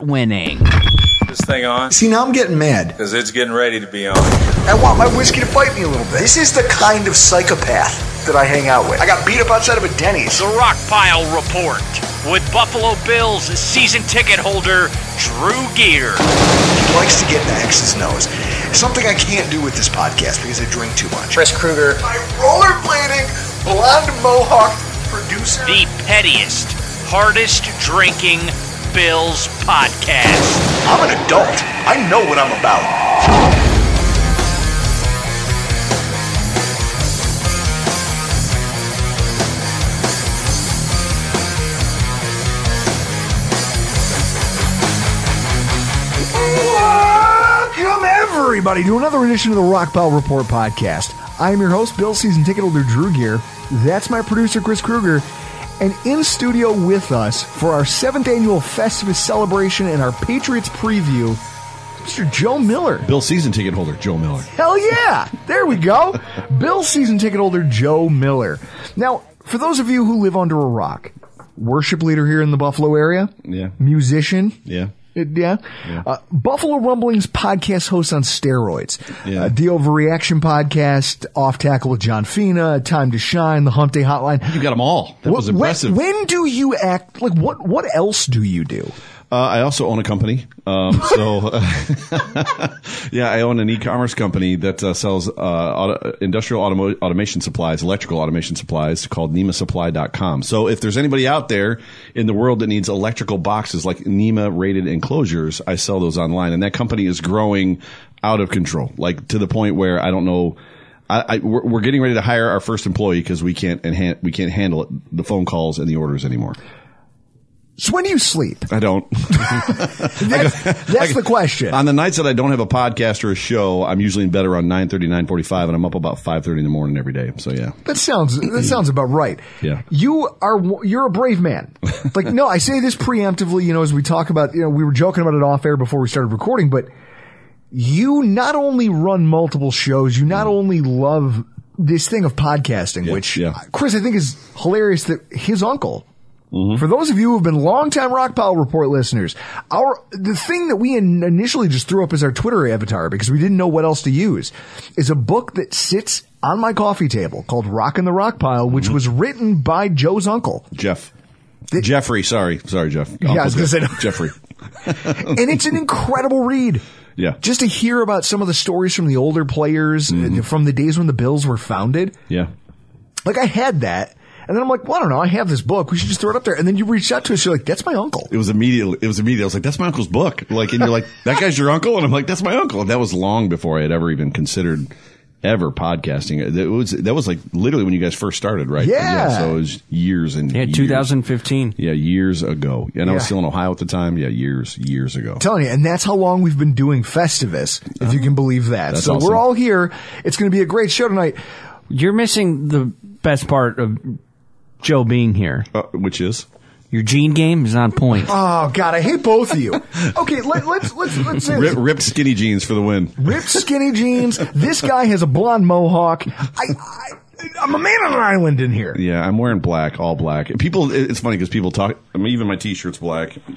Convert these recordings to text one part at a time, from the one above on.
winning. this thing on? See, now I'm getting mad. Because it's getting ready to be on. I want my whiskey to fight me a little bit. This is the kind of psychopath that I hang out with. I got beat up outside of a Denny's. The Rockpile Report with Buffalo Bills season ticket holder Drew Geer. He likes to get in the ex's nose. Something I can't do with this podcast because I drink too much. Chris Krueger. My rollerblading, blonde mohawk producer. The pettiest, hardest drinking Bills podcast. I'm an adult. I know what I'm about. Welcome everybody to another edition of the Rockpile Report podcast. I am your host, Bill Season Ticket Holder Drew Gear. That's my producer Chris Krueger, and in studio with us for our seventh annual Festivus celebration and our Patriots preview, Mr. Joe Miller. Bill season ticket holder Joe Miller. Hell yeah! There we go. Bill season ticket holder Joe Miller. Now, for those of you who live under a rock, worship leader here in the Buffalo area, Yeah. musician, Yeah. it- yeah. Uh, Buffalo Rumblings podcast host on steroids. Yeah. Uh, the Overreaction podcast, Off Tackle with John Fina, Time to Shine, The Hump Day Hotline. You got them all. That Wh- was when- impressive. When, do you act like what? What else do you do? Uh, I also own a company. Um, so, uh, yeah, I own an e-commerce company that uh, sells uh, auto, industrial automo- automation supplies, electrical automation supplies called E NemaSupply.com. So if there's anybody out there in the world that needs electrical boxes like NEMA rated enclosures, I sell those online. And that company is growing out of control, like to the point where I don't know. I, I we're, we're getting ready to hire our first employee because we can't enhan- we can't handle it, the phone calls and the orders anymore. So when do you sleep? I don't. That's, that's the question. on the nights that I don't have a podcast or a show, I'm usually in bed around 9.30, 9.45, and I'm up about 5.30 in the morning every day. So, yeah. That sounds that sounds about right. Yeah. you are you're a brave man. Like no, I say this preemptively. You know, as we talk about, you know, we were joking about it off air before we started recording, but you not only run multiple shows, you not only love this thing of podcasting, which Mm. yeah. Chris I think is hilarious that his uncle. Mm-hmm. For those of you who have been longtime Rockpile Report listeners, our the thing that we in, initially just threw up as our Twitter avatar because we didn't know what else to use is a book that sits on my coffee table called Rockin' the Rock Pile, which Mm-hmm. was written by Joe's uncle. Jeff. Jeffrey. Sorry. Sorry, Jeff. Uncle I was gonna Jeff. say- Jeffrey. and it's an incredible read. Yeah. Just to hear about some of the stories from the older players, Mm-hmm. uh, from the days when the Bills were founded. Yeah. Like I had that. And then I'm like, well, I don't know. I have this book. We should just throw it up there. And then you reached out to us. You're like, that's my uncle. It was immediately, it was immediate. I was like, that's my uncle's book. Like, and you're like, that guy's your uncle? And I'm like, that's my uncle. And that was long before I had ever even considered ever podcasting. That was that was like literally when you guys first started, right? Yeah. so it was years and Yeah, years. 2015. Yeah, years ago. And I was Yeah. still in Ohio at the time. Yeah, years, years ago. telling you, and that's how long we've been doing Festivus, if you can believe that. That's So awesome. we're all here. It's going to be a great show tonight. You're missing the best part of Joe being here. Uh, which is Your gene game is on point. Oh God, I hate both of you. Okay, let, let's let's let's say Rip, this. ripped skinny jeans for the win. ripped skinny jeans. This guy has a blonde mohawk. I, I I'm a man on an island in here. Yeah, I'm wearing black, all black. And People, it- it's funny because people talk. I mean, even my t-shirt's black.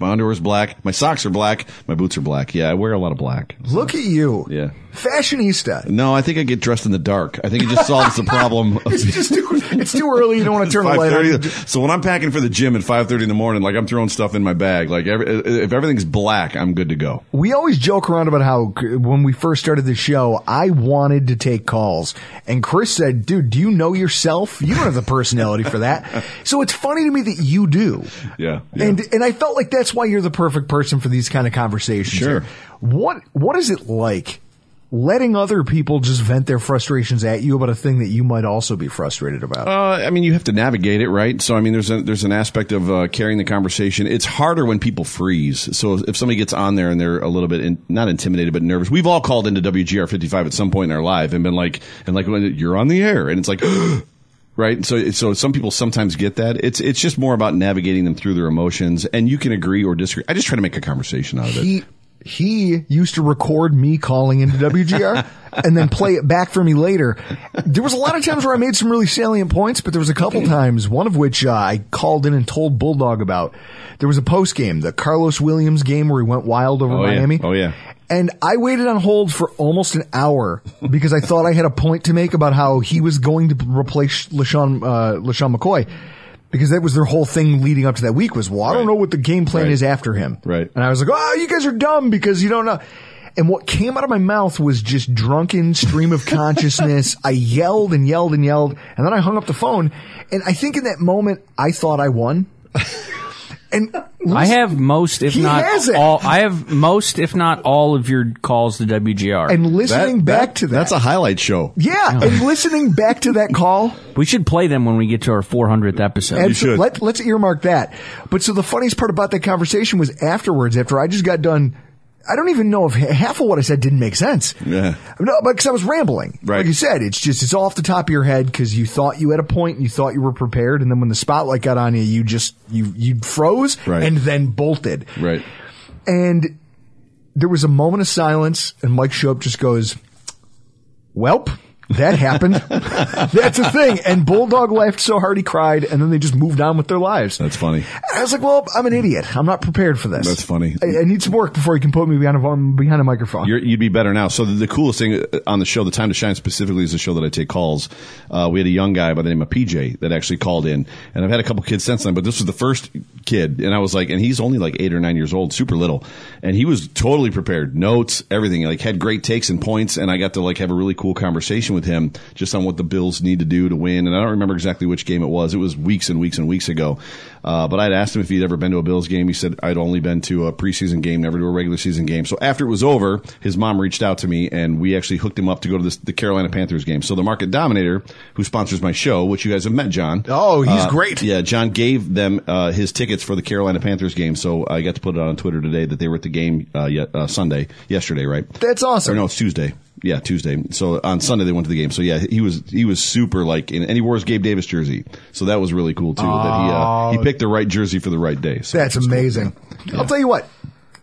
my underwear's black. My socks are black. My boots are black. Yeah, I wear a lot of black. Look at you, Yeah. fashionista. No, I think I get dressed in the dark. I think it just solves the problem. Of It's just too, it's too early. You don't want to turn the light on. 5:30. So when I'm packing for the gym at 5:30 in the morning, like I'm throwing stuff in my bag. Like every, if everything's black, I'm good to go. We always joke around about how c- when we first started the show, I wanted to take calls. And Chris said, dude, do you know yourself? You don't have the personality for that. So it's funny to me that you do. Yeah, yeah. And, and I felt like that's why you're the perfect person for these kind of conversations. Sure. What, what is it like letting other people just vent their frustrations at you about a thing that you might also be frustrated about? Uh, I mean, you have to navigate it, right? So, I mean, there's a, there's an aspect of uh, carrying the conversation. It's harder when people freeze. So, if somebody gets on there and they're a little bit in, not intimidated but nervous, we've all called into WGR 55 at some point in our life and been like, and like, when you're on the air, and it's like. Right, so so some people sometimes get that. It's it's just more about navigating them through their emotions, and you can agree or disagree. I just try to make a conversation out of it. he he used to record me calling into WGR and then play it back for me later. There was a lot of times where I made some really salient points, but there was a couple times, one of which uh, I called in and told Bulldog about. There was a post game, the Carlos Williams game where he went wild over Oh, yeah. Miami. Oh, yeah. And I waited on hold for almost an hour because I thought I had a point to make about how he was going to replace LaShawn, uh, LaShawn McCoy. Because that was their whole thing leading up to that week was, well, I don't Right. know what the game plan Right. is after him. Right. And I was like, oh, you guys are dumb because you don't know. And what came out of my mouth was just drunken stream of consciousness. I yelled and yelled and yelled. And then I hung up the phone. And I think in that moment, I thought I won. and I have most, if He not has it. all. I have most, if not all, of your calls to WGR. and listening That- back that- to that. That's a highlight show. yeah. And listening back to that call. we should play them when we get to our 400th episode. And should. Let, let's earmark that. But so the funniest part about that conversation was afterwards, after I just got done. I don't even know if h- half of what I said didn't make sense. Yeah. No, but because I was rambling. Right. Like you said, it's just, it's all off the top of your head because you thought you had a point and you thought you were prepared. And then when the spotlight got on you, you just, you, you froze Right. and then bolted. Right. And there was a moment of silence, and Mike Shope just goes, Welp, that happened. That's a thing. And Bulldog laughed so hard he cried, and then they just moved on with their lives. That's funny. And I was like, Well, I'm an idiot. I'm not prepared for this. That's funny. I, I need some work before you can put me behind a, behind a microphone. You're, you'd be better now. So the, the coolest thing uh, on the show, the time to shine specifically, is the show that I take calls. Uh, we had a young guy by the name of PJ that actually called in, and I've had a couple kids since then, but this was the first kid, and I was like, and he's only like eight or nine years old, super little, and he was totally prepared, notes, everything, like had great takes and points, and I got to like have a really cool conversation with him just on what the Bills need to do to win, and I don't remember exactly which game it was. It was weeks and weeks and weeks ago, uh, but I'd asked him if he'd ever been to a Bills game. He said I'd only been to a preseason game, never to a regular season game. So after it was over, his mom reached out to me, and we actually hooked him up to go to this, the Carolina Panthers game. So the Market Dominator, who sponsors my show, which you guys have met, John. Oh, he's uh, great. Yeah, John gave them uh, his tickets for the Carolina Panthers game. So I got to put it out on Twitter today that they were at the game uh, ye- uh, Sunday, yesterday, right? That's awesome. Or no, it's Tuesday. Yeah, Tuesday. So on Sunday they went to the game. So yeah, he was he was super like, and and he wore his Gabe Davis jersey. So that was really cool too. That he uh, he picked the right jersey for the right day. So That's amazing. I'll tell you what.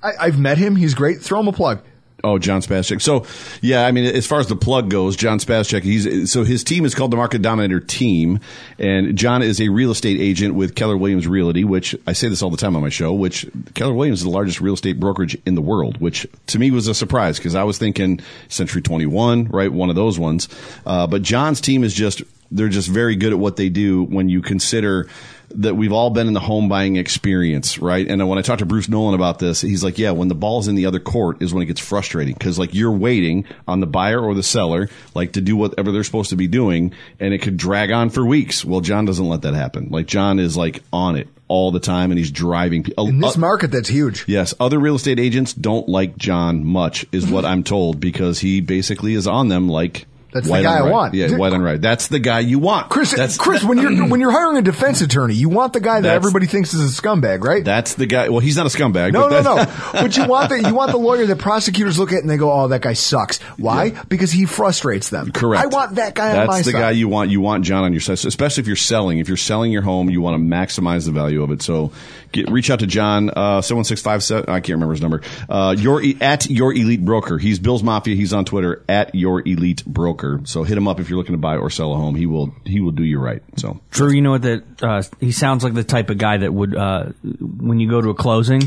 I, I've met him. He's great. Throw him a plug. Oh, John Spascheck. So, yeah, I mean, as far as the plug goes, John Spascheck, he's, so his team is called the Market Dominator Team. And John is a real estate agent with Keller Williams Realty, which I say this all the time on my show, which Keller Williams is the largest real estate brokerage in the world, which to me was a surprise because I was thinking Century 21, right? One of those ones. Uh, but John's team is just They're just very good at what they do when you consider that we've all been in the home buying experience, right? And when I talked to Bruce Nolan about this, he's like, yeah, when the ball's in the other court is when it gets frustrating because like you're waiting on the buyer or the seller, like to do whatever they're supposed to be doing and it could drag on for weeks. Well, John doesn't let that happen. Like John is like on it all the time and he's driving. pe- In this uh, market, that's huge. Yes, other real estate agents don't like John much, is what I'm told, because he basically is on them like That's the white guy on I red. want. Yeah, white on right. That's the guy you want, Chris, That's, Chris, when you're when you're hiring a defense attorney, you want the guy that That's- everybody thinks is a scumbag, right? that's the guy. Well, he's not a scumbag. no, no, but no. that- But you want the you want the lawyer that prosecutors look at and they go, "Oh, that guy sucks." Why? Because he frustrates them. Correct. I want that guy That's on my the side. guy you want. You want John on your side, so especially if you're selling. If you're selling your home, you want to maximize the value of it. So, get, reach out to John uh, seven one six five seven. I can't remember his number. Uh, your E- at your elite broker. He's Bill's Mafia. He's on Twitter at your elite broker. So hit him up if you're looking to buy or sell a home. He will he will do you right. So Drew, you know what? That uh, he sounds like the type of guy that would, uh, when you go to a closing,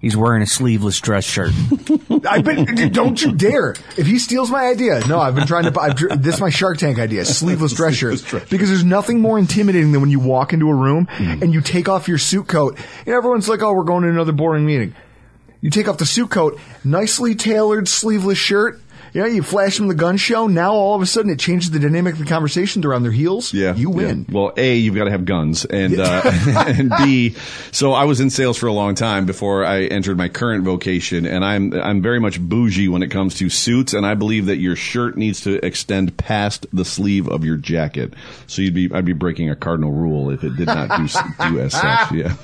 he's wearing a sleeveless dress shirt. I've been. Don't you dare! If he steals my idea, no, I've been trying to. buy- I've, dr- this is my Shark Tank idea: sleeveless dress shirts. Because there's nothing more intimidating than when you walk into a room and you take off your suit coat, and everyone's like, "Oh, we're going to another boring meeting." You take off the suit coat, nicely tailored sleeveless shirt. Yeah, you flash them the gun show. Now all of a sudden, it changes the dynamic of the conversation. They're on their heels. Yeah, you yeah. win. Well, a you've got to have guns, and uh, and b. So I was in sales for a long time before I entered my current vocation, and I'm I'm very much bougie when it comes to suits, and I believe that your shirt needs to extend past the sleeve of your jacket. So you'd be I'd be breaking a cardinal rule if it did not do s- do as such. Yeah.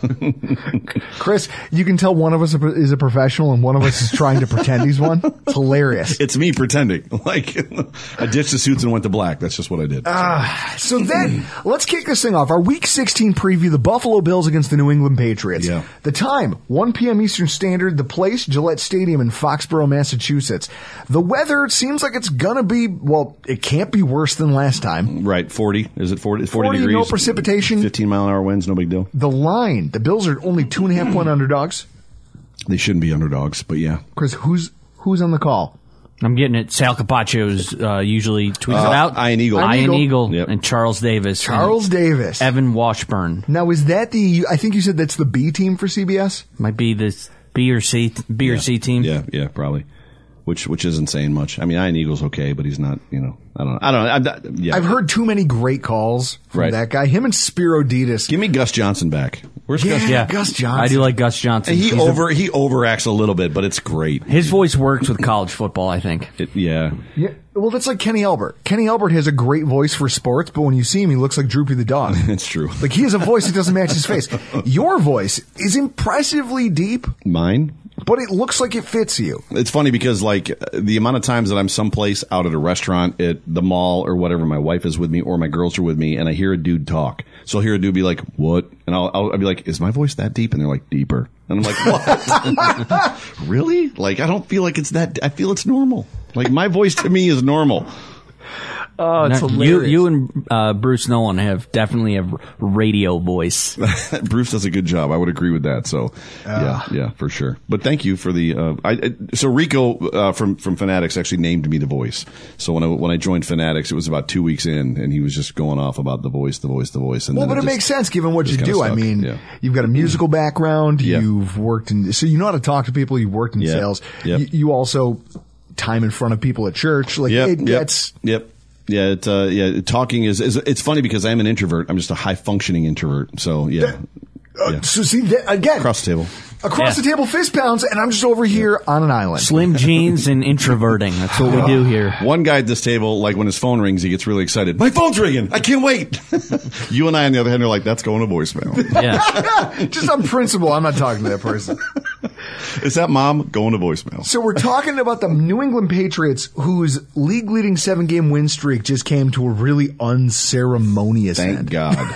Chris, you can tell one of us is a professional and one of us is trying to pretend he's one. It's hilarious. It's me pretending. Like I ditched the suits and went to black. That's just what I did. So then, let's kick this thing off. Our Week 16 preview: the Buffalo Bills against the New England Patriots. Yeah. The time: 1 p.m. Eastern Standard. The place: Gillette Stadium in Foxborough, Massachusetts. The weather it seems like it's gonna be well. It can't be worse than last time. right. Forty. Is it 40, 40, 40, no degrees? precipitation. Fifteen mile an hour winds. No big deal. The line: the Bills are only two and a half point underdogs. They shouldn't be underdogs, but yeah. Chris, who's who's on the call? I'm getting it. Sal Capaccio's uh, usually tweets Uh, it out. Ian Eagle. Ian Ian Eagle, Eagle. Yep. and Charles Davis. Charles and Davis. Evan Washburn Now is that the? I think you said that's the B team for CBS. might be this B or C B or C team. Yeah, yeah, probably. Which which isn't saying much. I mean, Ian Eagle's okay, but he's not. You know, I don't know. I don't know. I'm not, yeah, I've heard too many great calls from Right. that guy. Him and Spiro Ditas. Give me Gus Johnson back. Where's Gus? Yeah. Gus Johnson. I do like Gus Johnson. He He's a- over he overacts a little bit, but it's great. his voice works with college football. I think. It- yeah, Yeah, well, that's like Kenny Albert. Kenny Albert has a great voice for sports, but when you see him, he looks like Droopy the dog. it's true. like he has a voice that doesn't match his face. Your voice is impressively deep, Mine. but it looks like it fits you. It's funny because like the amount of times that I'm someplace out at a restaurant, at the mall, or whatever, my wife is with me or my girls are with me, and I hear a dude talk. So I'll hear a dude be like, "What?" And I'll I'll, I'll be like, "Is my voice that deep?" And they're like, "Deeper." And I'm like, "What? really? Like I don't feel like it's that. I feel it's normal. Like my voice to me is normal." Oh, it's Now, you, you and uh, Bruce Nolan have definitely a radio voice. Bruce does a good job. I would agree with that. So, yeah, yeah, for sure. But thank you for the. Uh, I, I, so Rico uh, from from Fanatics actually named me the voice. So when I when I joined Fanatics, it was about two weeks in, and he was just going off about the voice, the voice, the voice. And well, then but it just- makes sense given what you just do. kinda I stuck. mean, Yeah. Mm. you've got a musical background. Yeah. You've worked in, so you know how to talk to people. You've worked in Yeah. sales. Yep. You, you also time in front of people at church. Like Yep, it yep, gets. Yep. Yeah, it, uh, yeah. Talking is, is it's funny because I'm an introvert. I'm just a high functioning introvert. So yeah, yeah. uh, So see that again across the table. across Yeah. the table, fist pounds, and I'm just over here on an island. Slim jeans and introverting. That's what we do here. One guy at this table, like when his phone rings, he gets really excited. My phone's ringing. I can't wait. you and I, on the other hand, are like, that's going to voicemail. Yeah. just on principle, I'm not talking to that person. Is that mom going to voicemail? So we're talking about the New England Patriots, whose league-leading seven-game win streak just came to a really unceremonious Thank end. God.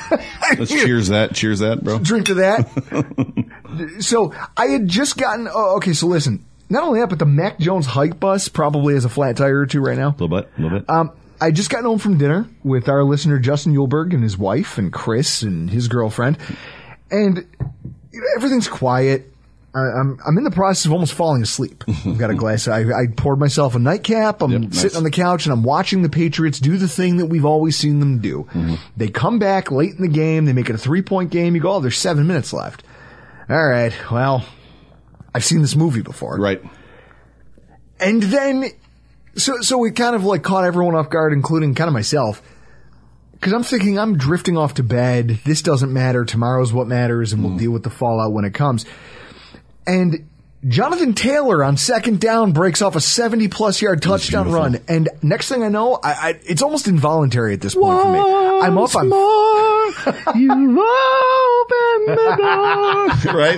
Let's cheers that. Cheers that, bro. Drink to that. so I had just gotten. Oh, okay, so listen. Not only that, but the Mac Jones hike bus probably has a flat tire or two right now. little bit. little bit. Um, I had just gotten home from dinner with our listener Justin Yulberg and his wife and Chris and his girlfriend, and you know, everything's quiet. I- I'm I'm in the process of almost falling asleep. I've got a glass. I, I poured myself a nightcap. I'm Yep, nice. sitting on the couch and I'm watching the Patriots do the thing that we've always seen them do. Mm-hmm. They come back late in the game. They make it a three point game. You go, oh, there's seven minutes left. All right. Well, I've seen this movie before. Right. And then, so, so it kind of like caught everyone off guard, including kind of myself. Cause I'm thinking I'm drifting off to bed. This doesn't matter. Tomorrow's what matters and we'll deal with the fallout when it comes. And Jonathan Taylor on second down breaks off a 70 plus yard touchdown beautiful. run. And next thing I know, I, I it's almost involuntary at this point for me. I'm up. I'm, right?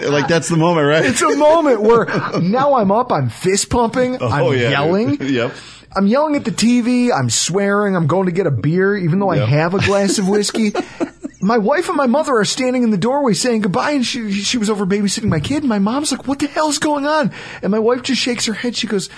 Like that's the moment, right? it's a moment where now I'm up. I'm fist pumping. Oh, I'm yelling. yep. I'm yelling at the TV. I'm swearing. I'm going to get a beer, even though I Yep. have a glass of whiskey. my wife and my mother are standing in the doorway saying goodbye, and she she was over babysitting my kid. And my mom's like, "What the hell's going on?" And my wife just shakes her head. She goes,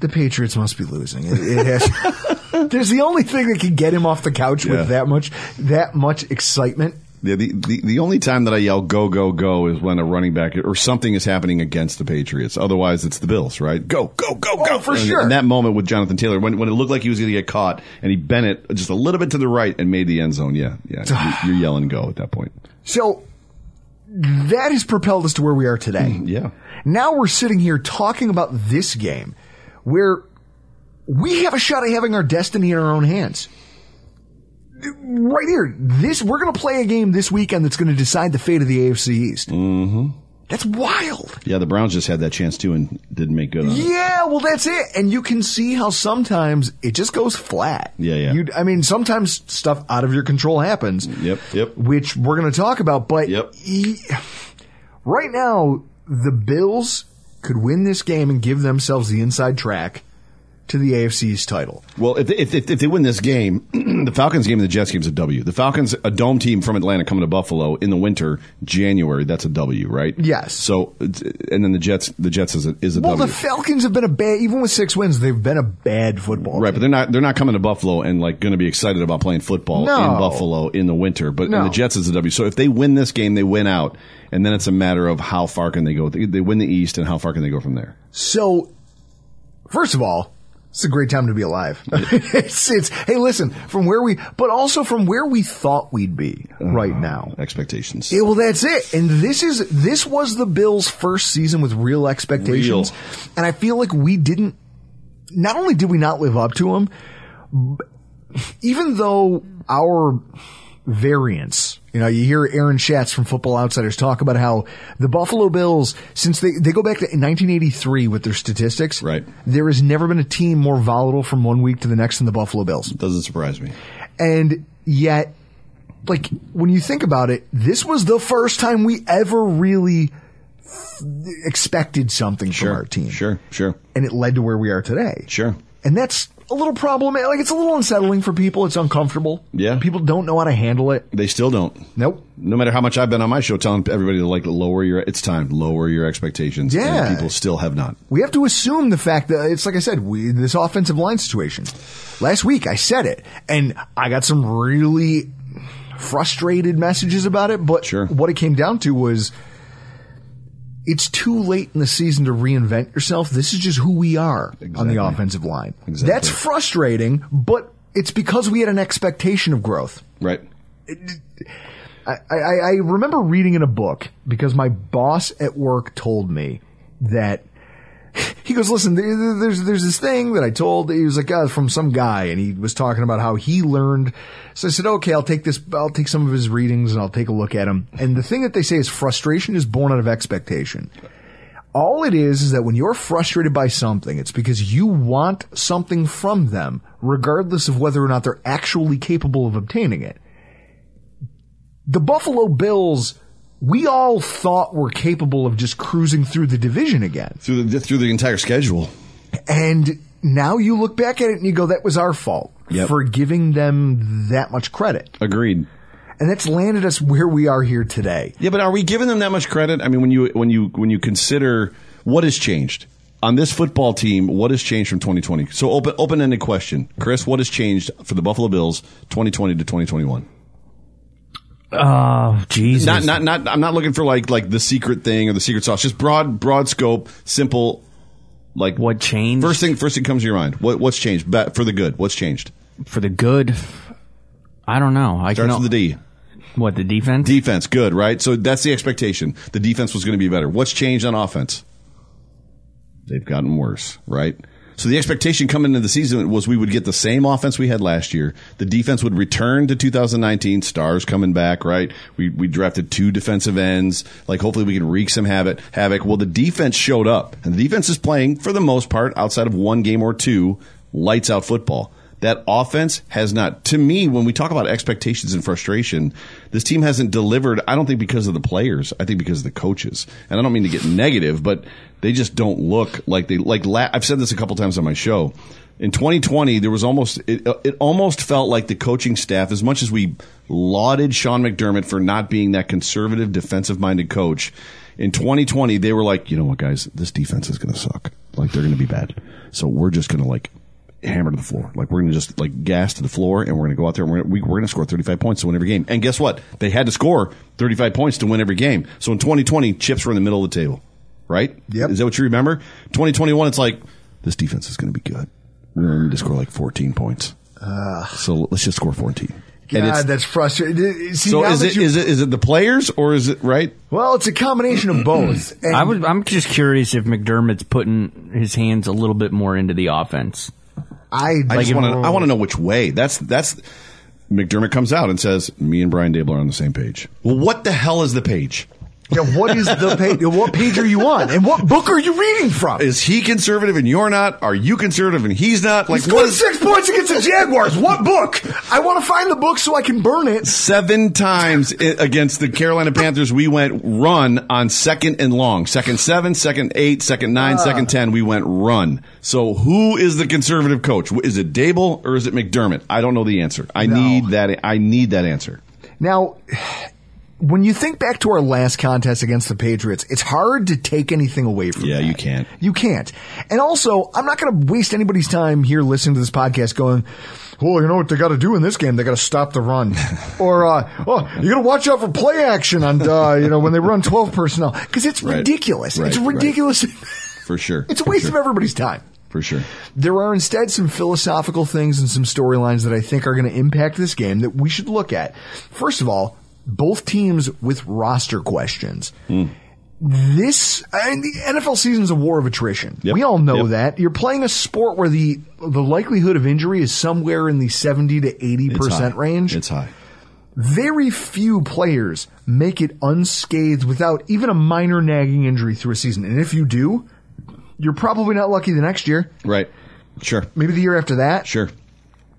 "The Patriots must be losing." It, it has. There's the only thing that can get him off the couch Yeah. with that much that much excitement. Yeah, the, the the only time that I yell go go go is when a running back or something is happening against the Patriots. Otherwise, it's the Bills, right? Go go go Oh, go for And- sure. And that moment with Jonathan Taylor when when it looked like he was going to get caught and he bent it just a little bit to the right and made the end zone. Yeah, yeah. you're, you're yelling go at that point. So that has propelled us to where we are today. Yeah. Now we're sitting here talking about this game where we have a shot at having our destiny in our own hands. Right here, this we're going to play a game this weekend that's going to decide the fate of the AFC East. Mm-hmm. That's wild. Yeah, the Browns just had that chance too and didn't make good on it. Yeah, well, that's it. And you can see how sometimes it just goes flat. Yeah, yeah. You, I mean, sometimes stuff out of your control happens. Yep, yep. Which we're going to talk about, but Yep. e- right now the Bills could win this game and give themselves the inside track to the AFC's title. Well, if they, if, if, if they win this game, the Falcons game and the Jets game is a W. The Falcons, a dome team from Atlanta coming to Buffalo in the winter, January, that's a W, right? Yes. So, it's- and then the Jets, the Jets is a, is a Well, W. the Falcons have been a bad, even with six wins, they've been a bad football. Right, but they're not they're not coming to Buffalo and like going to be excited about playing football No. in Buffalo in the winter. But No. and the Jets is a W. So if they win this game, they win out, and then it's a matter of how far can they go. They they win the East, and how far can they go from there? So, first of all, it's a great time to be alive. it's, it's, hey, listen, from where we, but also from where we thought we'd be Uh-huh. right now. Expectations. Yeah, well, that's it. And this is this was the Bills' first season with real expectations, and I feel like we didn't. Not only did we not live up to them, even though our variance, you know, you hear Aaron Schatz from Football Outsiders talk about how the Buffalo Bills, since they they go back to 1983 with their statistics, Right. There has never been a team more volatile from one week to the next than the Buffalo Bills. Doesn't surprise me. And yet, like, when you think about it, this was the first time we ever really f- expected something Sure, from our team. sure, sure, And it led to where we are today. sure. And that's a little problematic. Like, it's a little unsettling for people. It's uncomfortable. Yeah. People don't know how to handle it. They still don't. Nope. no matter how much I've been on my show telling everybody to like lower your it's time lower your expectations. Yeah. and people still have not. We have to assume the fact that it's like I said, we, this offensive line situation. Last week I said it, and I got some really frustrated messages about it. But Sure. what it came down to was, it's too late in the season to reinvent yourself. This is just who we are on Exactly. the offensive line. Exactly. That's frustrating, but it's because we had an expectation of growth. Right. I, I, I remember reading in a book because my boss at work told me that he goes, listen, there- there- there's there's this thing that I told. He was like, uh, from some guy, and he was talking about how he learned. So I said, okay, I'll take this. I'll take some of his readings and I'll take a look at them. And the thing that they say is frustration is born out of expectation. All it is is that when you're frustrated by something, it's because you want something from them, regardless of whether or not they're actually capable of obtaining it the Buffalo Bills, we all thought were capable of just cruising through the division again. Through the through the entire schedule. And now you look back at it and you go, that was our fault Yep. for giving them that much credit. Agreed. And that's landed us where we are here today. Yeah, but are we giving them that much credit? I mean, when you when you when you consider what has changed on this football team, what has changed from 2020? So open open ended question, Chris. What has changed for the Buffalo Bills 2020 to 2021? Oh, Jesus. Not, not, not. I'm not looking for like, like the secret thing or the secret sauce. Just broad, broad scope, simple. Like what changed First thing, first thing comes to your mind. What, what's changed Ba- for the good? What's changed? for the good? I don't know. I Starts can, with the D. What, the defense? Defense, good, right? So that's the expectation. The defense was going to be better. What's changed on offense? They've gotten worse, right? So the expectation coming into the season was we would get the same offense we had last year. The defense would return to 2019 stars coming back, right? We we drafted two defensive ends. Like hopefully we can wreak some havoc. Havoc. Well, the defense showed up, and the defense is playing for the most part outside of one game or two lights out football. That offense has not. To me, when we talk about expectations and frustration, this team hasn't delivered. I don't think because of the players. I think because of the coaches. And I don't mean to get negative, but they just don't look like they like. La- I've said this a couple times on my show. In 2020, there was almost it, it almost felt like the coaching staff, as much as we lauded Sean McDermott for not being that conservative, defensive-minded coach, in 2020 they were like, you know what, guys, this defense is going to suck. Like they're going to be bad, so we're just going to like hammer to the floor. Like we're going to just like gas to the floor, and we're going to go out there and we're going to, we, we're going to score 35 points to win every game. And guess what? They had to score 35 points to win every game. So in 2020, chips were in the middle of the table, right? Yep. Is that what you remember? 2021, it's like this defense is going to be good. We're going to score like 14 points. so let's just score 14. And it's- God, that's frustrating. See, so now is that it you- is it is it the players or is it right? well, it's a combination of both. And I was, I'm just curious if McDermott's putting his hands a little bit more into the offense. I, I just want Oh. to. I want to know which way. That's that's. McDermott comes out and says, "Me and Brian Dable are on the same page." Well, what the hell is the page? Yeah, what is the page? What page are you on? And what book are you reading from? Is he conservative and you're not? Are you conservative and he's not? Like what Scored is six points against the Jaguars. What book? I want to find the book so I can burn it. seven times i- against the Carolina Panthers? We went run on second and long, second seven, second eight, second nine, Ah. second ten. We went run. So who is the conservative coach? Is it Dable or is it McDermott? I don't know the answer. I need that. I need that answer. Now, when you think back to our last contest against the Patriots, it's hard to take anything away from Yeah, that. you can't. You can't. And also, I'm not going to waste anybody's time here listening to this podcast going, well, you know what they got to do in this game? They got to stop the run. or, uh, oh, you got to watch out for play action on, uh, you know, when they run 12 personnel. Because it's Right. ridiculous. Right, It's right. ridiculous. For sure. it's a For waste sure. of everybody's time. For sure. There are instead some philosophical things and some storylines that I think are going to impact this game that we should look at. First of all, both teams with roster questions. Hmm. This I mean, the NFL season's a war of attrition. Yep. We all know Yep. that. You're playing a sport where the the likelihood of injury is somewhere in the 70 to 80 It's percent high. range. It's high. Very few players make it unscathed without even a minor nagging injury through a season. And if you do, you're probably not lucky the next year, Right. Sure. maybe the year after that. Sure.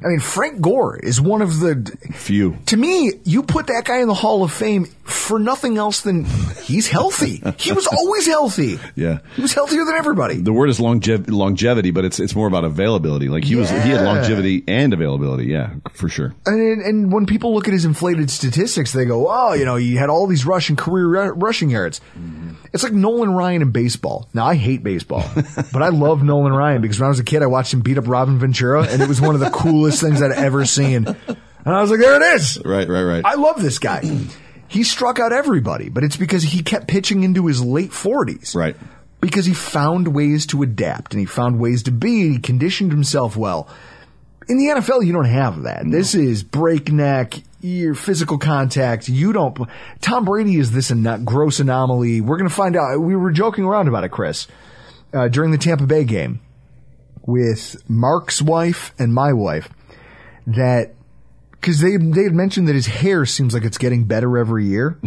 I mean, Frank Gore is one of the. Few. To me, you put that guy in the Hall of Fame for nothing else than he's healthy. he was always healthy. Yeah. He was healthier than everybody. The word is longev- longevity, but it's it's more about availability. Like he was, he had Yeah. longevity and availability. Yeah, for sure. And, and when people look at his inflated statistics, they go, oh, you know, he had all these rushing career ru- rushing yards. Mm-hmm. It's like Nolan Ryan in baseball. Now, I hate baseball, but I love Nolan Ryan because when I was a kid, I watched him beat up Robin Ventura, and it was one of the coolest things I'd ever seen. And I was like, there it is. Right, right, right. I love this guy. he struck out everybody, but it's because he kept pitching into his late 40s. Right. Because he found ways to adapt and he found ways to be and he conditioned himself well. In the NFL, you don't have that. This is breakneck, your physical contact. You don't. Tom Brady is this and that gross anomaly. We're going to find out. We were joking around about it, Chris, uh, during the Tampa Bay game with Mark's wife and my wife that because they they had mentioned that his hair seems like it's getting better every year.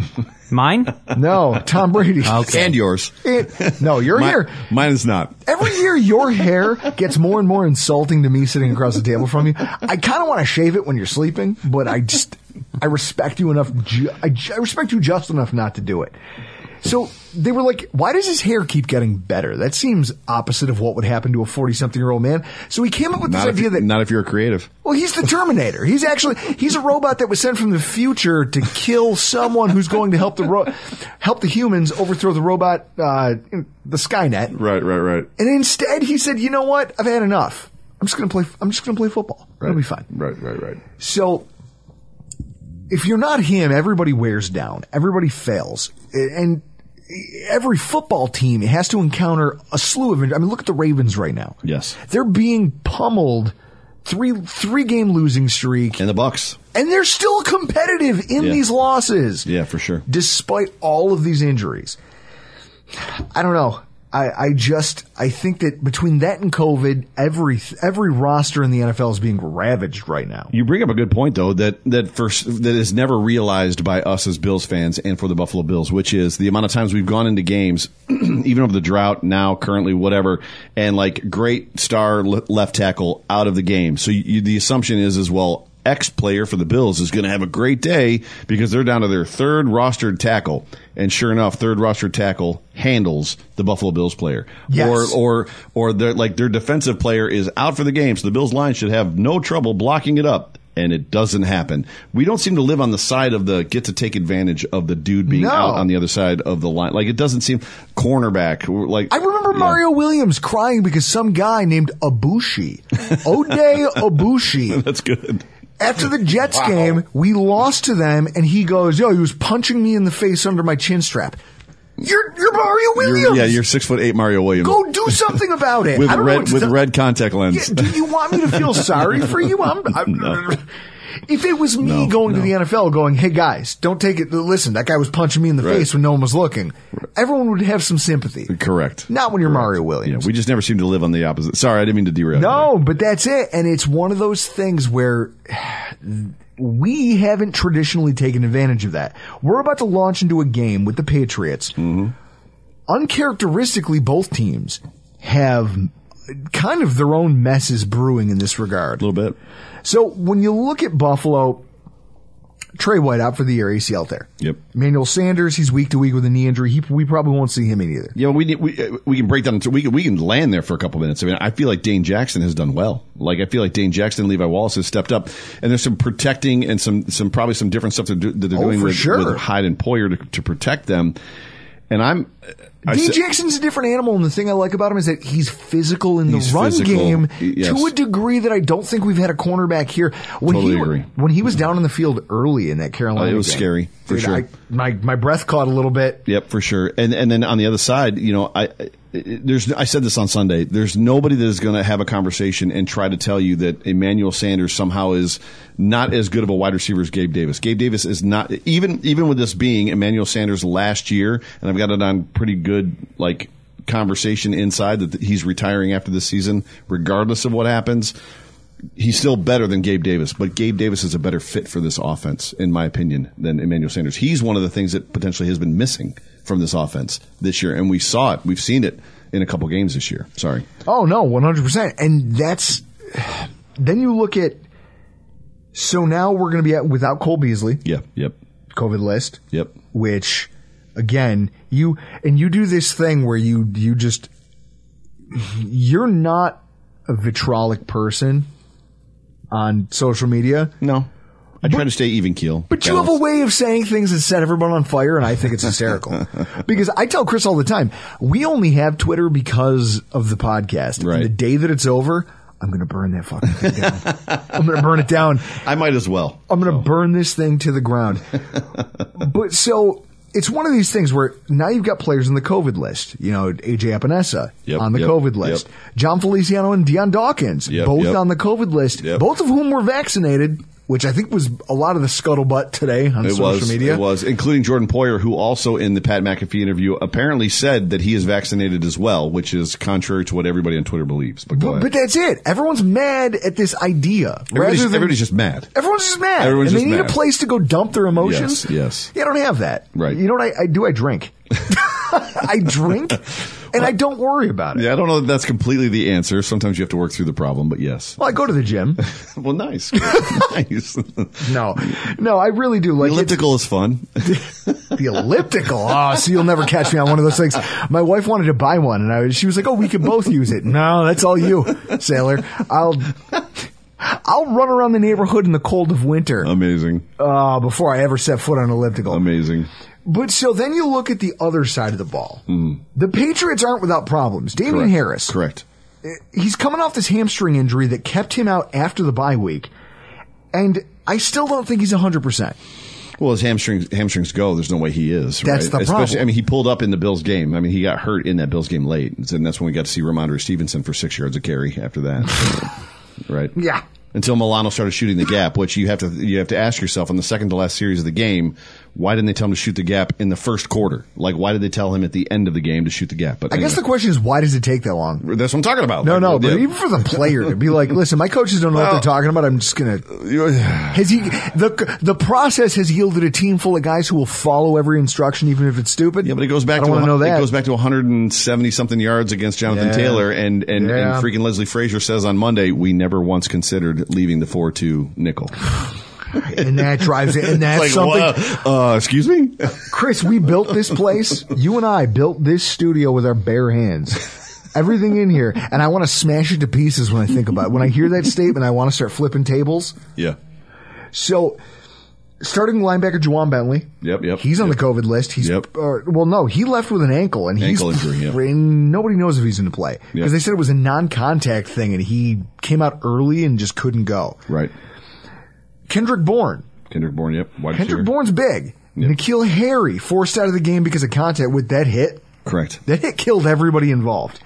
Mine? No, Tom Brady. And yours. It- no, your Mi- hair. Mine is not. Every year, your hair gets more and more insulting to me sitting across the table from you. I kind of want to shave it when you're sleeping, but I just I respect you enough. Ju- I, ju- I respect you just enough not to do it. So they were like, "Why does his hair keep getting better? That seems opposite of what would happen to a forty-something-year-old man." So he came up with Not this if, idea you, that not if you're a creative. Well, he's the Terminator. He's actually he's a robot that was sent from the future to kill someone who's going to help the ro- help the humans overthrow the robot, uh, the Skynet. Right, right, right. And instead, he said, "You know what? I've had enough. I'm just gonna play. I'm just gonna play football. It'll be fine." Right, right, right. So if you're not him, everybody wears down. Everybody fails. And every football team has to encounter a slew of injuries. I mean, look at the Ravens right now. Yes. They're being pummeled three three game losing streak And the Bucks. and they're still competitive in Yeah. these losses. Yeah, for sure. Despite all of these injuries. I don't know. I, I just I think that between that and COVID, every every roster in the NFL is being ravaged right now. You bring up a good point though that that first that is never realized by us as Bills fans and for the Buffalo Bills, which is the amount of times we've gone into games, even over the drought now, currently, whatever, and like great star le- left tackle out of the game. So you, you, the assumption is as well. X player for the Bills is going to have a great day because they're down to their third rostered tackle, and sure enough, third rostered tackle handles the Buffalo Bills player, Yes. or or or or their like their defensive player is out for the game, so the Bills line should have no trouble blocking it up. And it doesn't happen. We don't seem to live on the side of the get to take advantage of the dude being No. out on the other side of the line. Like it doesn't seem cornerback. or, Like I remember yeah. Mario Williams crying because some guy named Abushi, Ode Abushi, That's good. after the Jets game, we lost to them, and he goes, "Yo, he was punching me in the face under my chin strap." You're you're Mario Williams. You're, yeah, you're six foot eight, Mario Williams. Go do something about it. with I don't know red what to with tell- red contact Yeah, lens. do you want me to feel sorry for you? I'm. I'm If it was me No, going no. to the NFL, going, "Hey guys, don't take it. Listen, that guy was punching me in the Right. face when no one was looking," everyone would have some sympathy. Correct. Not when you're Correct. Mario Williams. Yeah, we just never seem to live on the opposite. Sorry, I didn't mean to derail. you No, but that's it. And it's one of those things where we haven't traditionally taken advantage of that. We're about to launch into a game with the Patriots. Uncharacteristically, both teams have kind of their own messes brewing in this regard. there. a little bit. So when you look at Buffalo, Trey White out for the year, ACL tear. Yep. Emmanuel Sanders, he's week to week with a knee injury. He, we probably won't see him either. Yeah, we need, we uh, we can break down. We can, we can land there for a couple minutes. I mean, I feel like Dane Jackson has done well. Like I feel like Dane Jackson, and Levi Wallace has stepped up, and there's some protecting and some some probably some different stuff that, do, that they're Oh, doing for with, sure. with Hyde and Poyer to, to protect them. And I'm I Dean said- Jackson's a different animal, and the thing I like about him is that he's physical in the He's run physical, game y- yes. to a degree that I don't think we've had a cornerback here. When Totally he agree. when he was down in the field early in that Carolina, Oh, it was game, scary, for dude, sure. I, my my breath caught a little bit. Yep, for sure. And and then on the other side, you know, I I- there's I said this on Sunday. There's nobody that is going to have a conversation and try to tell you that Emmanuel Sanders somehow is not as good of a wide receiver as Gabe Davis. Gabe Davis is not even even with this being Emmanuel Sanders last year, and I've got it on pretty good like conversation inside that he's retiring after this season, regardless of what happens he's still better than Gabe Davis, but Gabe Davis is a better fit for this offense, in my opinion, than Emmanuel Sanders. He's one of the things that potentially has been missing from this offense this year, and we saw it. We've seen it in a couple games this year. Sorry. Oh no, one hundred percent. And that's then you look at. So now we're going to be at without Cole Beasley, Yeah. Yep. COVID list. Yep. which again you and you do this thing where you you just you're not a vitrolic person on social media No. I try to stay even keel. but you have a way of saying things that set everyone on fire and i think it's hysterical because i tell chris all the time we only have twitter because of the podcast And Right. the day that it's over i'm gonna burn that fucking thing down i'm gonna burn it down I might as well. I'm going to burn this thing to the ground. but so it's one of these things where now you've got players in the COVID list. You know, AJ Epinesa Yep, on the yep, COVID list, John Feliciano and Deion Dawkins, Yep, both yep. on the COVID list, Yep. both of whom were vaccinated, which I think was a lot of the scuttlebutt today on It social was. media. It was, including Jordan Poyer, who also in the Pat McAfee interview apparently said that he is vaccinated as well, which is contrary to what everybody on Twitter believes. But go But, ahead. but that's it. Everyone's mad at this idea. everybody's, rather than- everybody's just mad. Everyone's just mad. Everyone's and just they need mad. a place to go dump their emotions. Yes, yes. Yeah, I don't have that. Right. You know what I, I do? I drink. I drink and I don't worry about it. Yeah, I don't know that that's completely the answer. Sometimes you have to work through the problem, but yes. Well, I go to the gym. Well, nice. nice. No, no, I really do like it. Elliptical is fun. the elliptical. Oh, so you'll never catch me on one of those things. My wife wanted to buy one, and I, she was like, "Oh, we could both use it." No, that's all you, sailor. I'll, I'll run around the neighborhood in the cold of winter Um, Amazing. uh, before I ever set foot on an elliptical. Amazing. But so then you look at the other side of the ball. The Patriots aren't without problems. Damian Mm-hmm. Correct. Harris, Correct. he's coming off this hamstring injury that kept him out after the bye week. And I still don't think he's 100%. Well, his hamstrings hamstrings go. There's no way he is. That's right? the problem. Especially, I mean, he pulled up in the Bills game. I mean, he got hurt in that Bills game late, and that's when we got to see Ramondre Stevenson for six yards of carry. After that, right? Yeah. Until Milano started shooting the gap, which you have to you have to ask yourself on the second to last series of the game, why didn't they tell him to shoot the gap in the first quarter? Like, why did they tell him at the end of the game to shoot the gap? But I guess the question is why does it take that long? the that's what I'm talking about. No, Like, no, the- but even for the player to be like, listen, my coaches don't know what Well- they're talking about. I'm just gonna. Has he the the process has yielded a team full of guys who will follow every instruction, even if it's stupid. Yeah, but it goes I back don't to want to know that. it goes back to 170 something yards against Jonathan Yeah. Taylor, and and, Yeah. and freaking Leslie Frazier says on Monday we never once considered leaving the four two nickel. and that drives it. And that's Like, something. wha- uh, excuse me. Chris, we built this place. You and I built this studio with our bare hands. Everything in here, and I want to smash it to pieces when I think about it. When I hear that statement, I want to start flipping tables. yeah. So, starting linebacker Juwan Bentley. Yep, yep, He's on yep. the COVID list. He's Yep. or- well, no, he left with an ankle, and he's Ankle injury, yeah. and nobody knows if he's going to play because Yeah. they said it was a non-contact thing, and he came out early and just couldn't go. Right. Kendrick Bourne. Kendrick Bourne. Yep. Wide receiver. Kendrick Bourne's big. Nikhil Harry forced out of the game because of contact with that hit. Correct. That hit killed everybody involved.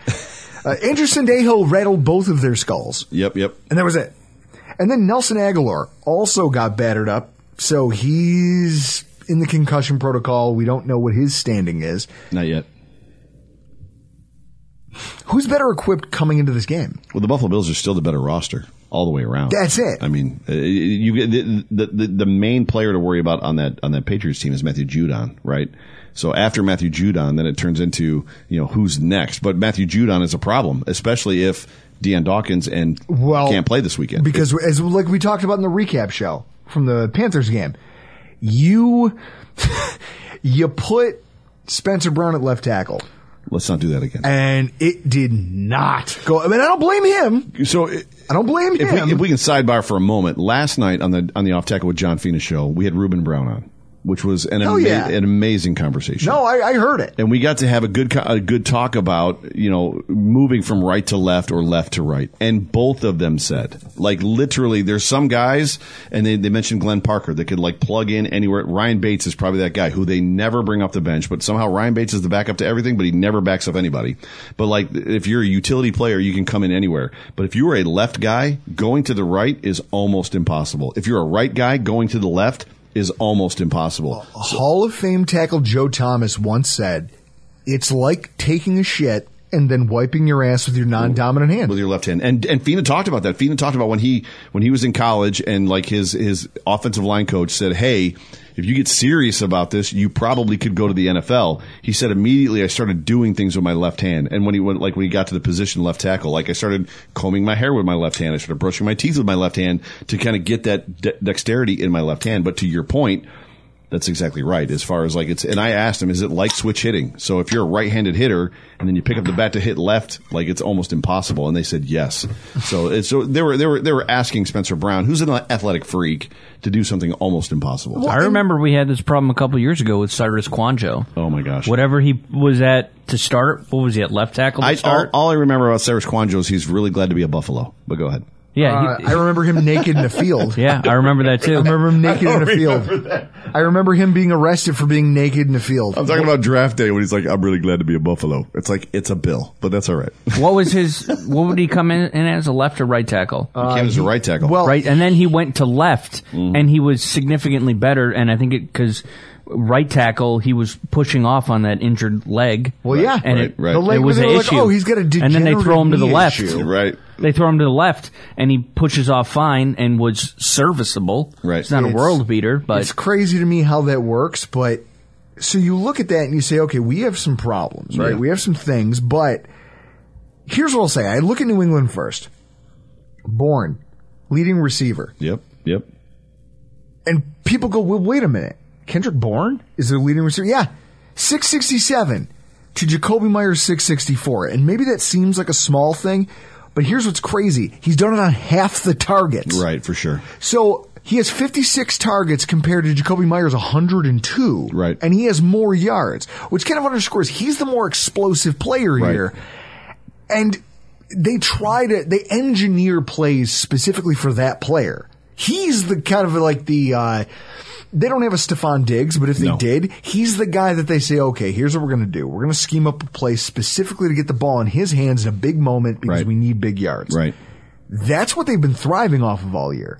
uh, Andrew Sandejo rattled both of their skulls, Yep. Yep. and that was it. And then Nelson Aguilar also got battered up, so he's in the concussion protocol. We don't know what his standing is. Not yet. Who's better equipped coming into this game? Well, the Buffalo Bills are still the better roster all the way around. That's it. I mean, uh, you get the, the the the main player to worry about on that on that Patriots team is Matthew Judon, right? So after Matthew Judon, then it turns into you know who's next. But Matthew Judon is a problem, especially if Deion Dawkins and Well, can't play this weekend Because as like we talked about in the recap show from the Panthers game, you you put Spencer Brown at left tackle, Let's not do that again. and it did not go. I mean, I don't blame him. So i- I don't blame if him. we, if we can sidebar for a moment, last night on the on the off tackle with John Fina show, we had Ruben Brown on, which was an Oh, ama- yeah. an amazing conversation. no, I, I heard it. and we got to have a good co- a good talk about you know moving from right to left or left to right and both of them said like literally there's some guys and they, they mentioned glenn parker that could like plug in anywhere ryan bates is probably that guy who they never bring off the bench but somehow ryan bates is the backup to everything but he never backs up anybody but like if you're a utility player you can come in anywhere but if you are a left guy going to the right is almost impossible if you're a right guy going to the left is almost impossible Hall of Fame tackle Joe Thomas once said, "It's like taking a shit and then wiping your ass with your non-dominant hand." with your left hand. And and Fina talked about that. Fina talked about when he when he was in college and like his his offensive line coach said, "Hey, if you get serious about this, you probably could go to the NFL." He said immediately I started doing things with my left hand. And when he went like when he got to the position left tackle, like I started combing my hair with my left hand. I started brushing my teeth with my left hand to kind of get that de- dexterity in my left hand. But to your point, that's exactly right. As far as like it's, and I asked him, is it like switch hitting? So if you're a right-handed hitter and then you pick up the bat to hit left, like it's almost impossible. And they said yes. So it's, so they were they were they were asking Spencer Brown, who's an athletic freak, to do something almost impossible. I remember we had this problem a couple years ago with Cyrus Quanjo. oh my gosh! Whatever he was at to start, what was he at left tackle to I, all, start? all I remember about Cyrus Quanjo is he's really glad to be a Buffalo. But go ahead. yeah, Uh, he- I remember him naked in the field. yeah, I remember that too. I remember him naked in the field. I remember him being arrested for being naked in the field. I'm talking about draft day when he's like, I'm really glad to be a Buffalo. It's like it's a bill, but that's all right. What was his? What would he come in, in as a left or right tackle? Uh, he came as a right tackle. well, right, and then he went to left, Mm. and he was significantly better. And I think it because right tackle he was pushing off on that injured leg. Well, yeah. and Right, it, right. The leg it was where an they were like, issue. "Oh, he's got a and then they throw him to the degenerative knee left. issue. right. They throw him to the left, and he pushes off fine and was serviceable. Right. it's not a It's- world beater, but it's crazy to me how that works. But so you look at that and you say, okay, we have some problems, right? Yeah. We have some things, but here's what I'll say. I look at New England first. Born, leading receiver. Yep. Yep. And people go, well, wait a minute. Kendrick Bourne is their leading receiver? Yeah. 667 to Jacoby Myers 664. And maybe that seems like a small thing, but here's what's crazy. He's done it on half the targets. Right. For sure. So he has 56 targets compared to Jacoby Myers 102. Right. And he has more yards, which kind of underscores he's the more explosive player Right. here. And they try to, they engineer plays specifically for that player. He's the kind of like the. Uh, they don't have a Stefan Diggs, but if they No. did, he's the guy that they say, okay, here's what we're going to do. We're going to scheme up a play specifically to get the ball in his hands in a big moment because Right. we need big yards. Right. That's what they've been thriving off of all year.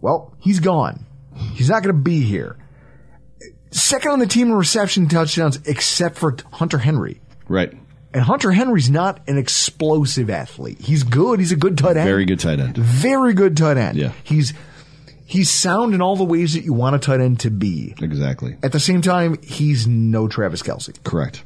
Well, he's gone. He's not going to be here. Second on the team in reception touchdowns, except for Hunter Henry. Right. And Hunter Henry's not an explosive athlete. He's good. He's a good tight end. Very good tight end. Very good tight end. Yeah. He's he's sound in all the ways that you want a tight end to be. Exactly. At the same time, he's no Travis Kelsey. Correct.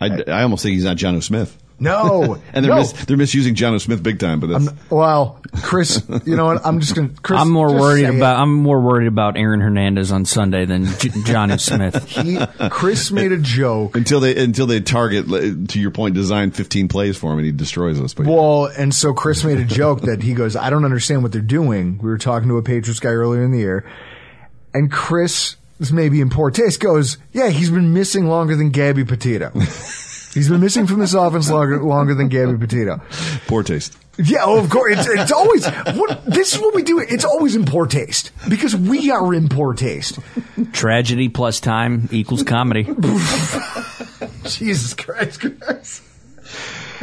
I, I almost think he's not John O. Smith. No. And they're no. mis- they're misusing John O. Smith big time, but that's well, Chris, you know what? I'm just gonna. Chris, I'm more just worried say it. about I'm more worried about Aaron Hernandez on Sunday than J- Johnny Smith. He, Chris made a joke until they until they target like, to your point design 15 plays for him and he destroys us. But Well, and so Chris made a joke that he goes, I don't understand what they're doing. We were talking to a Patriots guy earlier in the year, and Chris, this may be in poor taste, goes, Yeah, he's been missing longer than Gabby Petito. he's been missing from this offense longer, longer than Gabby Petito. poor taste. Yeah, oh, of course. It's, it's always what, this is what we do. It's always in poor taste because we are in poor taste. Tragedy plus time equals comedy. Jesus Christ, Chris.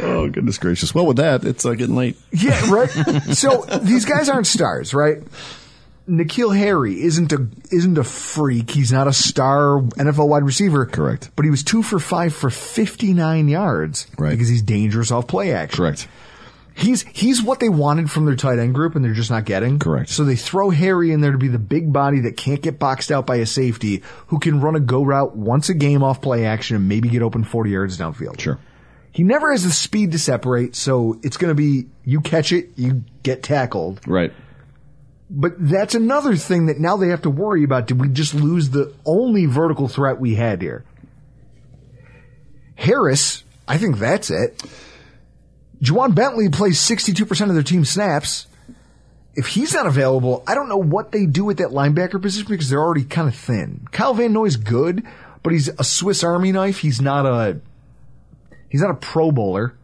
Oh goodness gracious! Well, with that, it's uh, getting late. Yeah, right. so these guys aren't stars, right? Nikhil Harry isn't a isn't a freak. He's not a star NFL wide receiver. Correct. But he was two for five for fifty nine yards. Right. Because he's dangerous off play action. Correct. He's he's what they wanted from their tight end group, and they're just not getting. Correct. So they throw Harry in there to be the big body that can't get boxed out by a safety who can run a go route once a game off play action and maybe get open forty yards downfield. Sure. He never has the speed to separate, so it's going to be you catch it, you get tackled. Right. But that's another thing that now they have to worry about. Did we just lose the only vertical threat we had here? Harris, I think that's it. Juwan Bentley plays 62% of their team snaps. If he's not available, I don't know what they do with that linebacker position because they're already kind of thin. Kyle Van Noy's good, but he's a Swiss Army knife. He's not a he's not a pro bowler.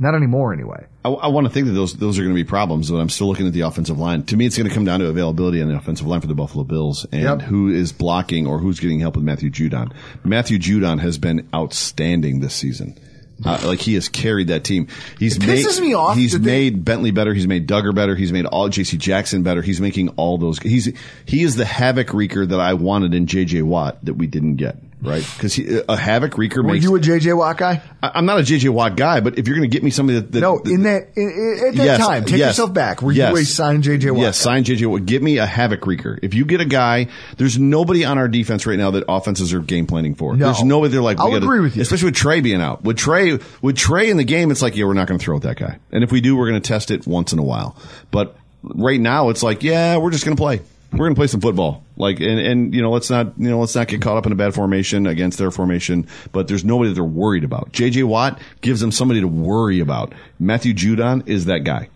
Not anymore anyway. I, want to think that those those are going to be problems, but I'm still looking at the offensive line. To me, it's going to come down to availability on the offensive line for the Buffalo Bills and Yep. who is blocking or who's getting help with Matthew Judon. Matthew Judon has been outstanding this season. Uh, like he has carried that team. He's It pisses made, me off He's that they- made Bentley better. He's made Duggar better. He's made all J.C. Jackson better. He's making all those. He's he is the havoc wreaker that I wanted in J.J. Watt that we didn't get. Right? Because a havoc wreaker Were makes. you a JJ Watt guy? I- I'm not a J.J. Watt guy, but if you're going to get me somebody that, that No, that- in that in, in, at that Yes, time, take yes, yourself back. Were yes. you a signed JJ Watt? Yes, sign JJ Watt. Get me a havoc wreaker. If you get a guy, there's nobody on our defense right now that offenses are game planning for. No. There's nobody they're like. we I'll gotta- agree with you. especially with Trey being out. With Trey, with Trey in the game, it's like, yeah, we're not going to throw at that guy, and if we do, we're going to test it once in a while. But right now, it's like, yeah, we're just going to play. We're going to play some football, like, and and you know, let's not you know, let's not get caught up in a bad formation against their formation. But there's nobody that they're worried about. JJ Watt gives them somebody to worry about. Matthew Judon is that guy.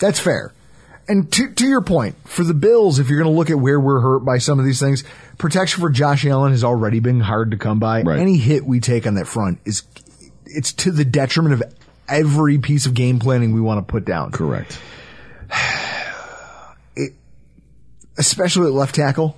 That's fair. And to, to your point, for the Bills, if you're going to look at where we're hurt by some of these things, protection for Josh Allen has already been hard to come by. Right. Any hit we take on that front is it's to the detriment of every piece of game planning we want to put down, Correct. especially at left tackle.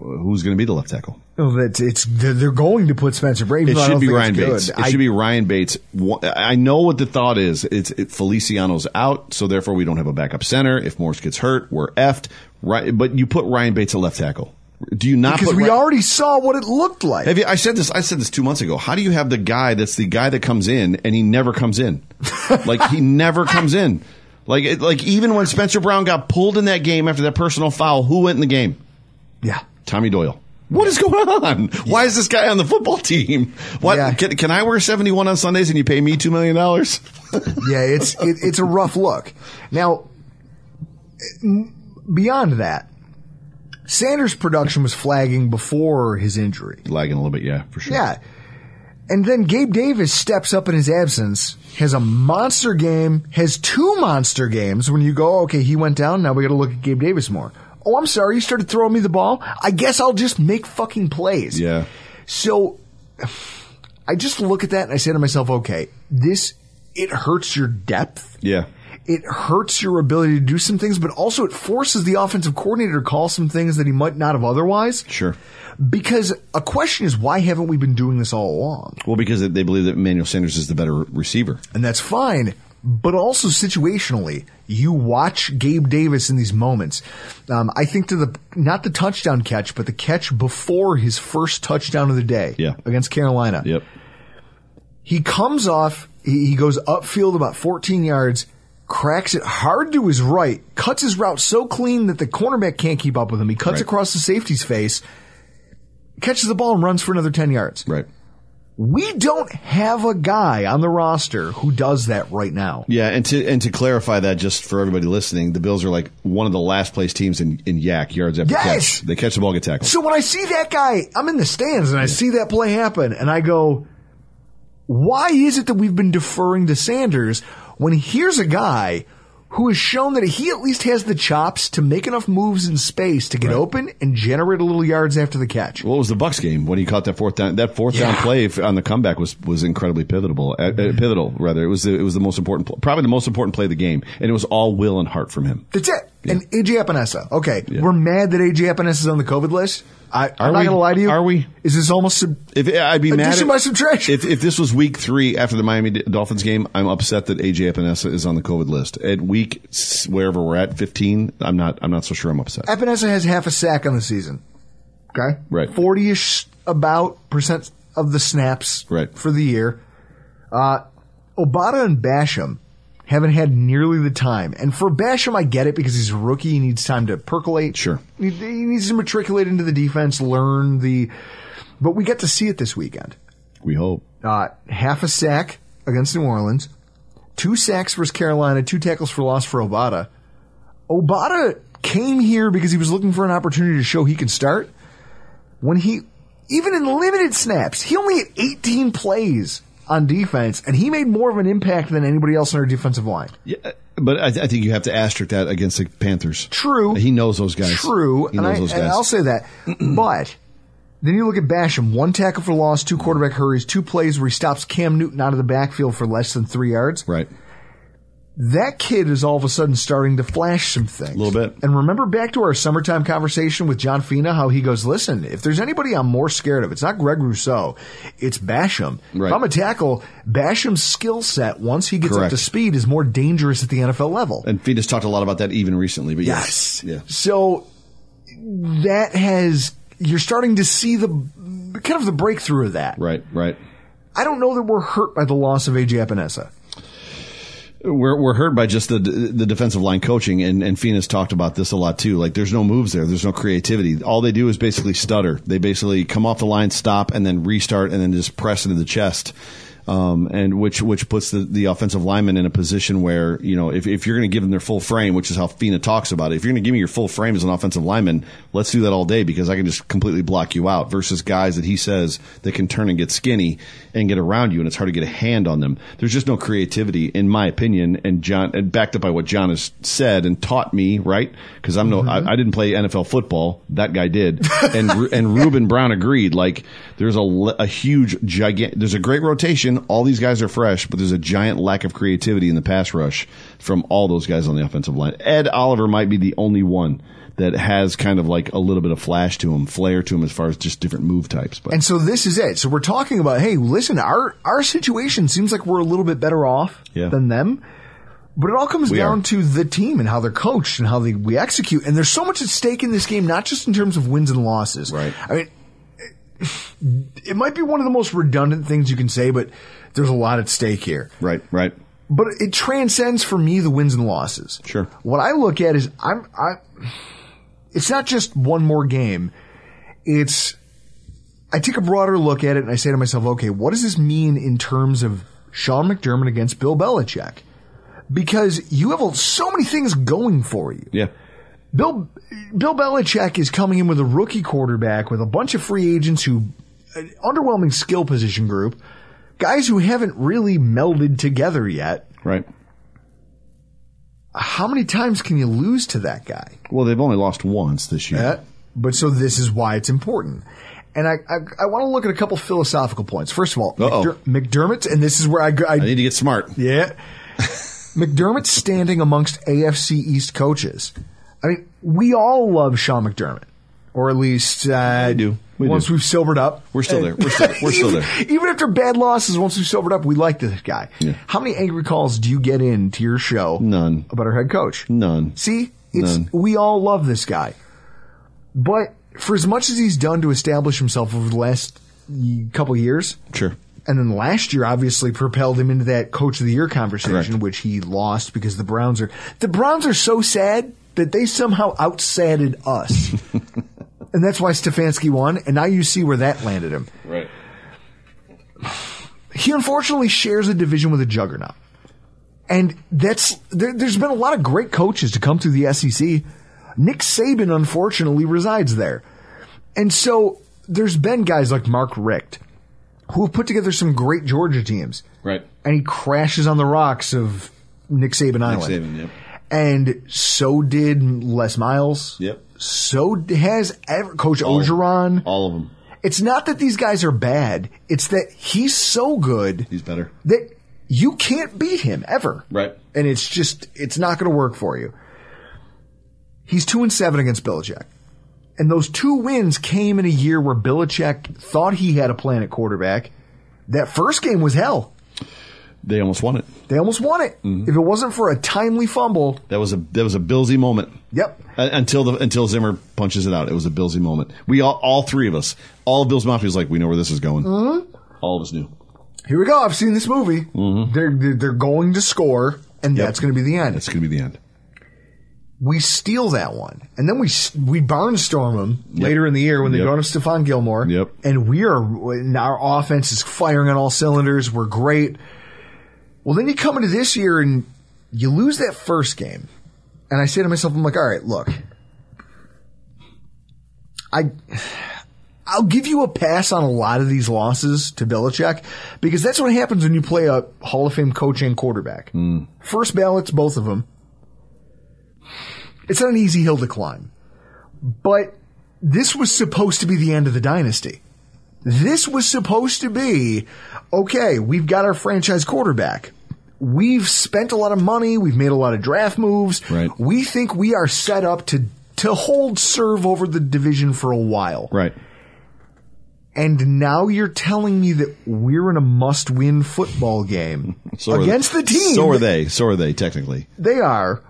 who's going to be the left tackle? Oh, That's it's they're they're going to put Spencer Brady. It but I should don't be think Ryan it's good. Bates. It I- should be Ryan Bates. Wha- I know what the thought is. It's it, Feliciano's out, so therefore we don't have a backup center. If Morse gets hurt, we're effed. Right, but you put Ryan Bates at left tackle. Do you not? because put we Ry- already saw what it looked like. Have you, I said this. I said this two months ago. How do you have the guy that's the guy that comes in and he never comes in? like he never comes in. Like it- like even when Spencer Brown got pulled in that game after that personal foul, who went in the game? yeah. Tommy Doyle. What is going on? Why is this guy on the football team? What Yeah. can, can I wear seventy one on Sundays and you pay me two million dollars? yeah, it's it, it's a rough look. Now, n- beyond that, Sanders' production was flagging before his injury. Lagging a little bit, yeah, for sure. Yeah, and then Gabe Davis steps up in his absence, has a monster game, has two monster games. When you go, okay, he went down. Now we got to look at Gabe Davis more. Oh, I'm sorry, you started throwing me the ball. I guess I'll just make fucking plays. yeah. So I just look at that and I say to myself, okay, this it hurts your depth. Yeah. it hurts your ability to do some things, but also it forces the offensive coordinator to call some things that he might not have otherwise. Sure. Because a question is, why haven't we been doing this all along? Well, because they believe that Emmanuel Sanders is the better receiver. And that's fine. But also situationally, you watch Gabe Davis in these moments. Um, I think to the, not the touchdown catch, but the catch before his first touchdown of the day Yeah. against Carolina. Yep. He comes off, he, he goes upfield about 14 yards, cracks it hard to his right, cuts his route so clean that the cornerback can't keep up with him. He cuts Right. across the safety's face, catches the ball and runs for another 10 yards. Right. We don't have a guy on the roster who does that right now. Yeah, and to and to clarify that, just for everybody listening, the Bills are like one of the last place teams in, in yak yards after Yes! catch. They catch the ball, get tackled. So when I see that guy, I'm in the stands and I see that play happen and I go, why is it that we've been deferring to Sanders when here's a guy who has shown that he at least has the chops to make enough moves in space to get open and generate a little yards after the catch? Well, it was the Bucks game when he caught that fourth down. That fourth down play f- on the comeback was was incredibly pivotal. Uh, uh, pivotal, rather. It was the, it was the most important, pl- probably the most important play of the game, and it was all will and heart from him. That's it. And AJ Epinesa. Okay. We're mad that AJ Epinesa is on the COVID list. I, I'm Are not we? going to lie to you. Are we? Is this almost sub- If I'd be mad Addition at- by subtraction. If, if this was week three after the Miami D- Dolphins game, I'm upset that AJ Epinesa is on the COVID list. At week s- wherever we're at, 15, I'm not. I'm not so sure. I'm upset. Epinesa has half a sack on the season. Okay. Right. 40 ish about percent of the snaps Right. for the year. Uh, Obata and Basham haven't had nearly the time. And for Basham, I get it because he's a rookie. He needs time to percolate. Sure. He, he needs to matriculate into the defense, learn the. But we get to see it this weekend. We hope. Uh, half a sack against New Orleans, two sacks versus Carolina, two tackles for loss for Obata. Obata came here because he was looking for an opportunity to show he can start. When he, even in limited snaps, he only had 18 plays on defense, and he made more of an impact than anybody else on our defensive line. Yeah, uh, but I, I think you have to asterisk that against the Panthers. True. He knows those guys. True, He and, knows I, those and guys. I'll say that. but then you look at Basham: one tackle for loss, two quarterback hurries, two plays where he stops Cam Newton out of the backfield for less than three yards. right. that kid is all of a sudden starting to flash some things. A Little bit. And remember back to our summertime conversation with John Fina, how he goes, listen, if there's anybody I'm more scared of, it's not Greg Rousseau, it's Basham. Right. If I'm a tackle, Basham's skill set, once he gets Correct. up to speed, is more dangerous at the NFL level. And Fetus talked a lot about that even recently. But yes. Yes. So that has, you're starting to see the, kind of the breakthrough of that. Yeah. Right. Right. I don't know that we're hurt by the loss of AJ Epinesa. We're we're hurt by just the the defensive line coaching, and and Phoenix talked about this a lot too. Like, there's no moves there. There's no creativity. All they do is basically stutter. They basically come off the line, stop, and then restart, and then just press into the chest. Um, and which which puts the, the offensive lineman in a position where you know if, if you're going to give them their full frame, which is how Fina talks about it. If you're going to give me your full frame as an offensive lineman, let's do that all day because I can just completely block you out. Versus guys that he says that can turn and get skinny and get around you, and it's hard to get a hand on them. There's just no creativity, in my opinion, and John and backed up by what John has said and taught me, right? Because I'm no, I, I didn't play NFL football. That guy did, and Ru- and Ruben Brown agreed. Like there's a le- a huge gigantic. There's a great rotation. All these guys are fresh, but there's a giant lack of creativity in the pass rush from all those guys on the offensive line. Ed Oliver might be the only one that has kind of like a little bit of flash to him, flair to him, as far as just different move types. But And so this is it. So we're talking about, hey, listen, our our situation seems like we're a little bit better off Yeah. than them. But it all comes We down are. to the team and how they're coached and how they, we execute. And there's so much at stake in this game, not just in terms of wins and losses. Right. I mean, it might be one of the most redundant things you can say, but there's a lot at stake here. right, right, But it transcends for me the wins and losses. Sure. What I look at is I'm I. It's not just one more game. It's I take a broader look at it and I say to myself, okay, what does this mean in terms of Sean McDermott against Bill Belichick? Because you have so many things going for you. yeah, Bill Bill Belichick is coming in with a rookie quarterback with a bunch of free agents who an underwhelming skill position group, guys who haven't really melded together yet. right. How many times can you lose to that guy? Well, they've only lost once this year. Uh, But so this is why it's important. And I I, I want to look at a couple philosophical points. First of all, Uh-oh. McDer- McDermott, and this is where I go. I, I need to get smart. yeah. McDermott's standing amongst AFC East coaches. I mean, we all love Sean McDermott, or at least uh, do. We once do. we've sobered up, We're still there. We're still, we're still even, there. Even after bad losses, once we've sobered up, we like this guy. Yeah. How many angry calls do you get in to your show? None. About our head coach? None. See, it's None. we all love this guy, but for as much as he's done to establish himself over the last y- couple years, Sure. and then last year obviously propelled him into that coach of the year conversation, Correct. which he lost because the Browns are the Browns are so sad that they somehow outsadded us. And that's why Stefanski won, and now you see where that landed him. Right. He unfortunately shares a division with a juggernaut. And that's there, there's been a lot of great coaches to come through the SEC. Nick Saban unfortunately resides there. And so there's been guys like Mark Richt who have put together some great Georgia teams. Right. and he crashes on the rocks of Nick Saban Island. Saban, yep. And so did Les Miles. Yep. Oh. So d- has ever, Coach Ogeron. All of them. It's not that these guys are bad. It's that he's so good He's better. that you can't beat him ever. Right. And it's just, it's not going to work for you. He's two and seven against Belichick. And those two wins came in a year where Belichick thought he had a plan at quarterback. That first game was hell. They almost won it. They almost won it. If it wasn't for a timely fumble, That was a that was a Billsy moment. yep. Uh, Until the until Zimmer punches it out, it was a Billsy moment. We all all three of us, all of Bill's mafia was like, we know where this is going. Mm-hmm. All of us knew. Here we go. I've seen this movie. They're they're- they're going to score, and that's going to be the end. That's going to be the end. we steal that one, and then we s- we barnstorm them later in the year when they Yep. go to Stephon Gilmore. Yep. And we are and our offense is firing on all cylinders. We're great. Well, then you come into this year and you lose that first game, and I say to myself, I'm like, all right, look, I. I'll give you a pass on a lot of these losses to Belichick because that's what happens when you play a Hall of Fame coach and quarterback. First ballots, both of them it's not an easy hill to climb. But this was supposed to be the end of the dynasty. This was supposed to be okay, we've got our franchise quarterback. We've spent a lot of money, we've made a lot of draft moves. Right. We think we are set up to to hold serve over the division for a while. Right. And now you're telling me that we're in a must-win football game are against they. the team So are they. So are they. Technically, they are,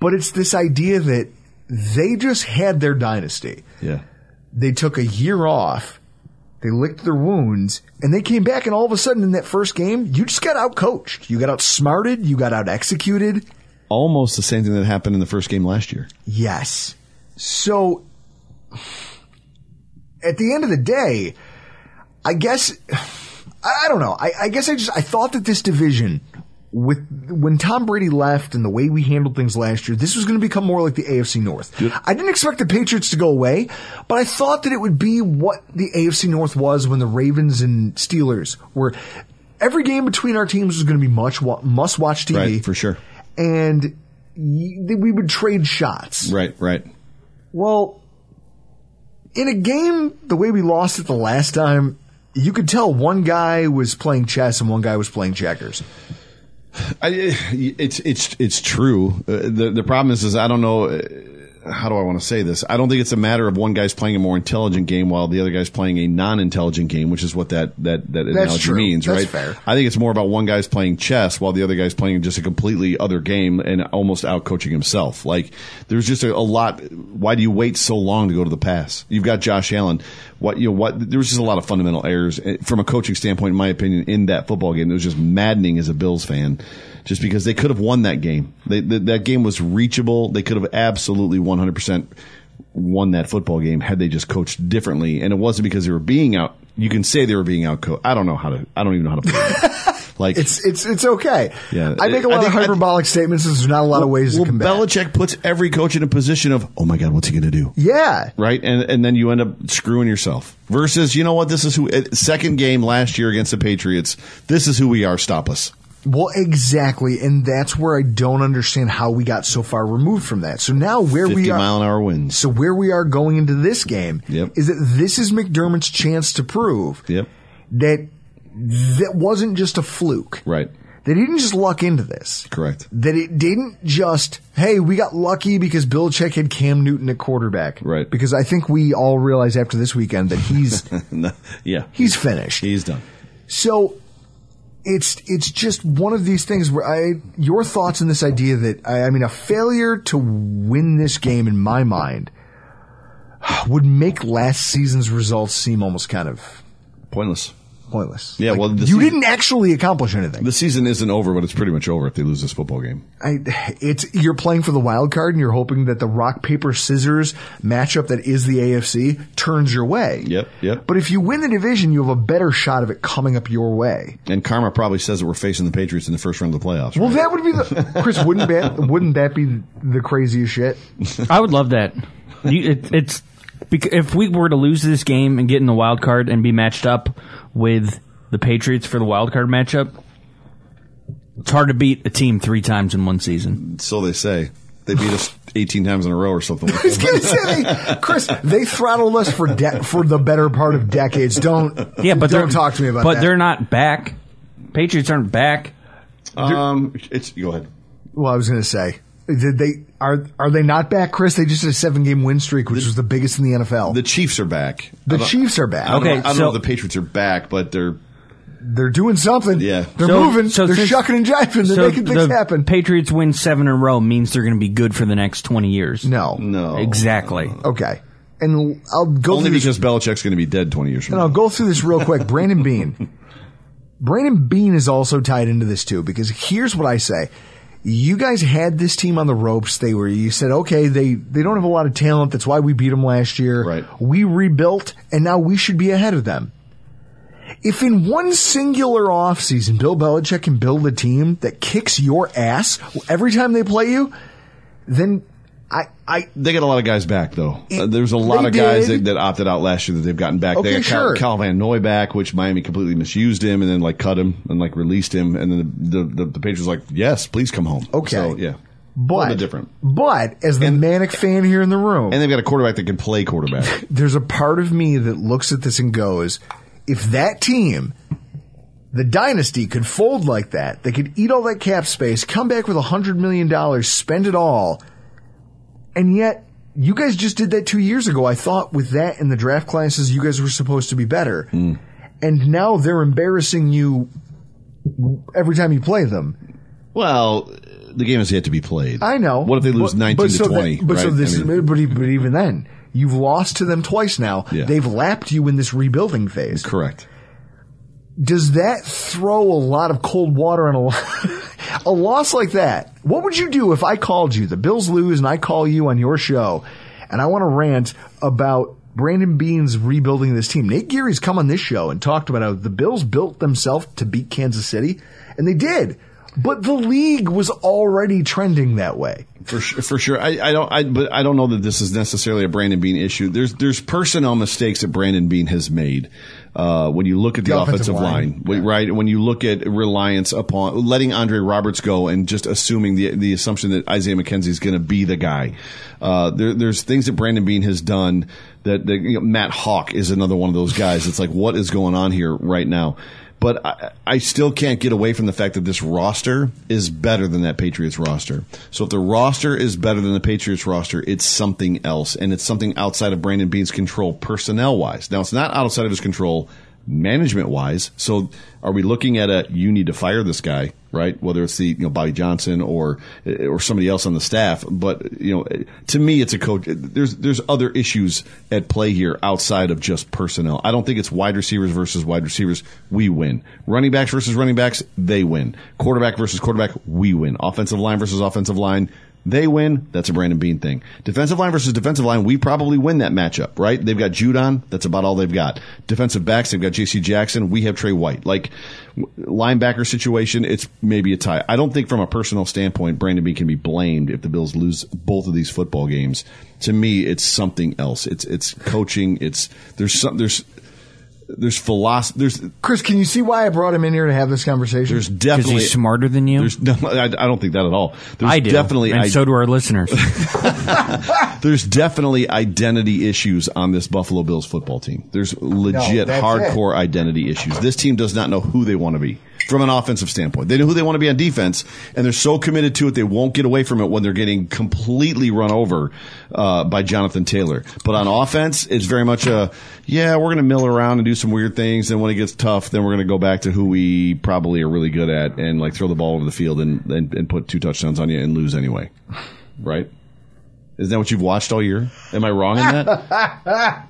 but it's this idea that they just had their dynasty. yeah. They took a year off, they licked their wounds, and they came back. And all of a sudden, in that first game, you just got out coached, you got outsmarted, you got out executed. Almost the same thing that happened in the first game last year. Yes. So at the end of the day, I guess I I don't know. I, I guess I just I thought that this division with when Tom Brady left and the way we handled things last year, this was going to become more like the AFC North. I didn't expect the Patriots to go away, but I thought that it would be what the AFC North was when the Ravens and Steelers were. Every game between our teams was going to be much wa- must watch TV Right. For sure. and y- that we would trade shots. Right. Right. Well, in a game the way we lost it the last time, you could tell one guy was playing chess and one guy was playing checkers. I, it's it's it's true. Uh, the the problem is is I don't know. uh, How do I want to say this? I don't think it's a matter of one guy's playing a more intelligent game while the other guy's playing a non-intelligent game, which is what that that that analogy true. means, That's right? fair. I think it's more about one guy's playing chess while the other guy's playing just a completely other game and almost out coaching himself. Like there's just a, a lot. Why do you wait so long to go to the pass? You've got Josh Allen. What you know? What there was just a lot of fundamental errors eh, from a coaching standpoint, in my opinion, in that football game. It was just maddening as a Bills fan, just because they could have won that game. They, th that game was reachable. They could have absolutely 100 percent won that football game had they just coached differently. And it wasn't because they were being out. You can say they were being out coached. I don't know how to. I don't even know how to. Play it. like It's it's it's okay. Yeah. I make a I lot think- of hyperbolic statements. There's not a lot of ways well, to combat. Belichick puts every coach in a position of, oh my god, what's he going to do? yeah, Right, and and then you end up screwing yourself. Versus, you know what? This is who eh, second game last year against the Patriots. This is who we are. Stop us. well, exactly, and that's where I don't understand how we got so far removed from that. So now where Fifty we are, mile an hour winds. so where we are going into this game Yep. is that this is McDermott's chance to prove Yep. that that wasn't just a fluke. Right. They didn't just luck into this. Correct. That it didn't just, hey, we got lucky because Belichick had Cam Newton at quarterback. Right. Because I think we all realize after this weekend that he's No, yeah, he's finished. he's done. So it's it's just one of these things where I your thoughts on this idea that I, I mean a failure to win this game in my mind would make last season's results seem almost kind of Pointless. pointless. Yeah, Like, well, the you season- didn't actually accomplish anything. The season isn't over, but it's pretty much over if they lose this football game. I, it's you're playing for the wild card and you're hoping that the rock paper scissors matchup that is the AFC turns your way. Yep, yep. But if you win the division, you have a better shot of it coming up your way. And karma probably says that we're facing the Patriots in the first round of the playoffs. Well, right? that would be the Chris. Wouldn't that wouldn't that be the craziest shit? I would love that. You, it, it's bec- if we were to lose this game and get in the wild card and be matched up with the Patriots for the wild card matchup. It's hard to beat a team three times in one season. so they say. They beat us 18 times in a row or something. Like I was that. gonna say, Chris, they throttled us for de- for the better part of decades. Don't Yeah, but don't they're- talk to me about But that. they're not back. Patriots aren't back. Um, it's go ahead. well, I was gonna say, did they are are they not back, Chris? They just had a seven game win streak, which was the biggest in the NFL. The The, Chiefs are back. Chiefs are back. I don't, know- Okay, I don't so- know if the Patriots are back, but they're They're doing something. Yeah. they're So- moving. so they're since- shucking and jiving. They're so making things the happen. Patriots win seven in a row means they're going to be good for the next twenty years. no, no exactly. okay. And I'll go Only through this because Belichick's going to be dead 20 years from And I'll now. go through this real quick. Brandon Bean. Brandon Bean is also tied into this too, because here's what I say. You guys had this team on the ropes. They were, you said, okay, they, they don't have a lot of talent. That's why we beat them last year. Right. We rebuilt and now we should be ahead of them. If in one singular offseason, Bill Belichick can build a team that kicks your ass every time they play you, then I, I, They got a lot of guys back though. It- Uh, There's a they lot of guys did. that, that opted out last year that they've gotten back. Okay, they got Cal- sure. Cal Van Noy back, which Miami completely misused him and then like cut him and like released him, and then the the, the, the Patriots were like, yes, please come home. Okay. so, yeah, but, a little bit different. but as the manic fan here in the room, And they've got a quarterback that can play quarterback. there's a part of me that looks at this and goes, if that team, the dynasty could fold like that, they could eat all that cap space, come back with a hundred million dollars, spend it all, and yet you guys just did that two years ago. I thought with that and the draft classes, you guys were supposed to be better, and now they're embarrassing you every time you play them. well, the game has yet to be played. I know. What if they lose But- 19 but to so that- 20? but so right? this, I mean- but, e- but even then. You've lost to them twice now. Yeah. They've lapped you in this rebuilding phase. Correct. does that throw a lot of cold water on a lo- a loss like that? What would you do if I called you? The Bills lose, and I call you on your show, and I want to rant about Brandon Bean's rebuilding this team. Nate Geary's come on this show and talked about how the Bills built themselves to beat Kansas City, and they did. But the league was already trending that way. For sure, for sure. I, I don't. I but I don't know that this is necessarily a Brandon Bean issue. There's there's personnel mistakes that Brandon Bean has made. Uh, when you look at the, The offensive offensive, line, we- right? When you look at reliance upon letting Andre Roberts go and just assuming the the assumption that Isaiah McKenzie is going to be the guy. Uh, there, there's things that Brandon Bean has done that, that you know, Matt Hawk is another one of those guys. It's like what is going on here right now. But I, I still can't get away from the fact that this roster is better than that Patriots roster. So if the roster is better than the Patriots roster, it's something else, and it's something outside of Brandon Bean's control, personnel wise. Now it's not outside of his control, management wise. So are we looking at a you need to fire this guy, right? Whether it's the you know Bobby Johnson or or somebody else on the staff, but you know to me it's a coach. There's there's other issues at play here outside of just personnel. I don't think it's wide receivers versus wide receivers. We win. Running backs versus running backs, they win. Quarterback versus quarterback, we win. Offensive line versus offensive line. They win. That's a Brandon Bean thing. Defensive line versus defensive line, we probably win that matchup, right? They've got Judon. That's about all they've got. Defensive backs, they've got J.C. Jackson. We have Trey White. Like w- linebacker situation, it's maybe a tie. I don't think from a personal standpoint, Brandon Bean can be blamed if the Bills lose both of these football games. To me, it's something else. It's it's coaching. It's there's some there's there's philosophy. There's Chris, can you see why I brought him in here to have this conversation? there's Because definitely he's smarter than you. There's no, I, I don't think that at all. There's I do. definitely and I- so do our listeners. there's definitely identity issues on this Buffalo Bills football team. There's legit that's hardcore identity issues. This team does not know who they want to be. from an offensive standpoint. They know who they want to be on defense, and they're so committed to it they won't get away from it when they're getting completely run over uh, by Jonathan Taylor. But on offense, it's very much a yeah, we're going to mill around and do some weird things. Then when it gets tough, then we're going to go back to who we probably are really good at and like throw the ball over the field and and, and put two touchdowns on you and lose anyway, right? Isn't that what you've watched all year? Am I wrong in that?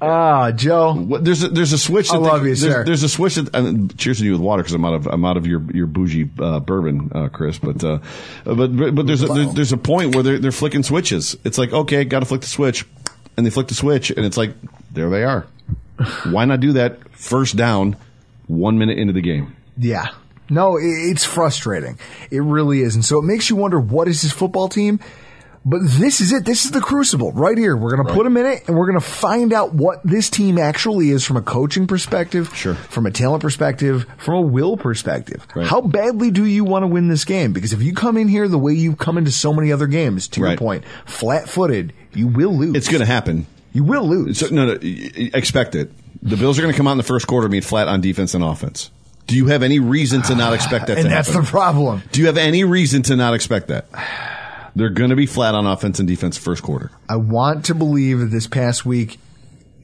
Ah, Joe. What, there's a, there's a switch. That I love you, there's, sir. There's a switch. That, I'm cheers to you with water because I'm out of I'm out of your your bougie uh, bourbon, uh, Chris. But uh, but but but there's a, there's, there's a point where they're they're flicking switches. It's like okay, got to flick the switch, and they flick the switch, and it's like there they are. Why not do that first down, one minute into the game? Yeah. No, i- it's frustrating. It really is. And so it makes you wonder what is his football team? But this is it. This is the crucible right here. We're going to put him in it and we're going to find out what this team actually is from a coaching perspective, Sure. from a talent perspective, from a will perspective. Right. How badly do you want to win this game? Because if you come in here the way you've come into so many other games, to your Right. point, flat footed, you will lose. It's going to happen. You will lose. So, no, no, y- y- expect it. The Bills are going to come out in the first quarter, and be flat on defense and offense. Do you have any reason to not expect that? and to that's happen? the problem. Do you have any reason to not expect that? They're going to be flat on offense and defense first quarter. I want to believe that this past week,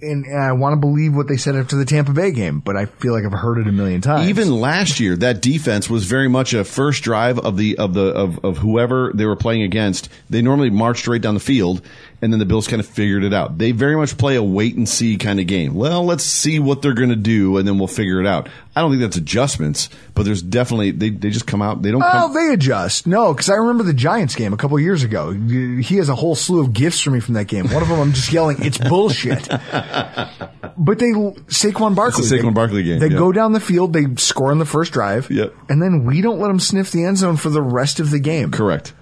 and, and I want to believe what they said after the Tampa Bay game, but I feel like I've heard it a million times. Even last year, that defense was very much a first drive of the of the of, of whoever they were playing against. They normally marched right down the field, and then the Bills kind of figured it out. They very much play a wait and see kind of game. Well, let's see what they're going to do, and then we'll figure it out. I don't think that's adjustments, but there's definitely they, they just come out. They don't. well, Come, they adjust. No, because I remember the Giants game a couple of years ago. He has a whole slew of gifts for me from that game. One of them, I'm just yelling, "It's bullshit!" but they Saquon Barkley, Saquon they- Barkley game, They yeah. go down the field, they score on the first drive, Yep. and then we don't let them sniff the end zone for the rest of the game. correct.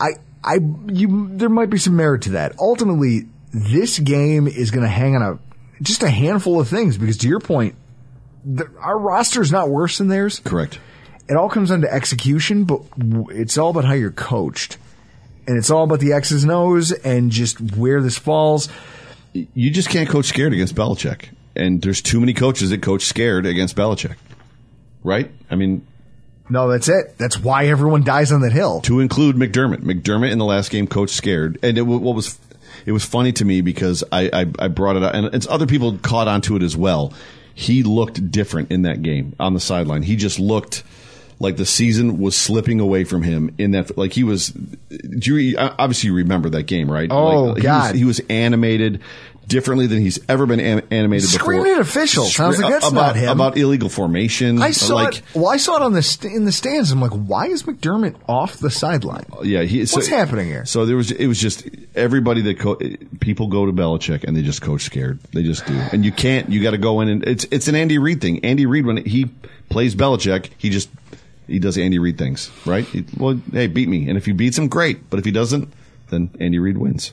I, I, you, there might be some merit to that. Ultimately, this game is going to hang on a just a handful of things because, to your point, the, our roster is not worse than theirs. Correct. It all comes down to execution, but w- it's all about how you're coached, and it's all about the X's and O's and just where this falls. You just can't coach scared against Belichick, and there's too many coaches that coach scared against Belichick. Right? I mean, No, that's it. That's why everyone dies on that hill. to include McDermott. McDermott in the last game, coach scared, and it, wa- what was it was funny to me because I, I I brought it up, and it's other people caught onto it as well. He looked different in that game on the sideline. He just looked like the season was slipping away from him. In that, like he was. Do you obviously you remember that game, right? Oh, like, he was- God. he was, animated. Differently than he's ever been an- animated Screaming before. at officials. Sounds like that's about, not him. About illegal formation. I saw like, it. Well, I saw it on the st- in the stands. I'm like, why is McDermott off the sideline? Yeah, he, Uh, so- What's happening here? So there was it was just everybody that co- people go to Belichick and they just coach scared. They just do, and you can't. You got to go in and it's it's an Andy Reid thing. Andy Reid when he plays Belichick, he just he does Andy Reid things, right? He- well, hey, beat me, and if he beats him, great. But if he doesn't, then Andy Reid wins.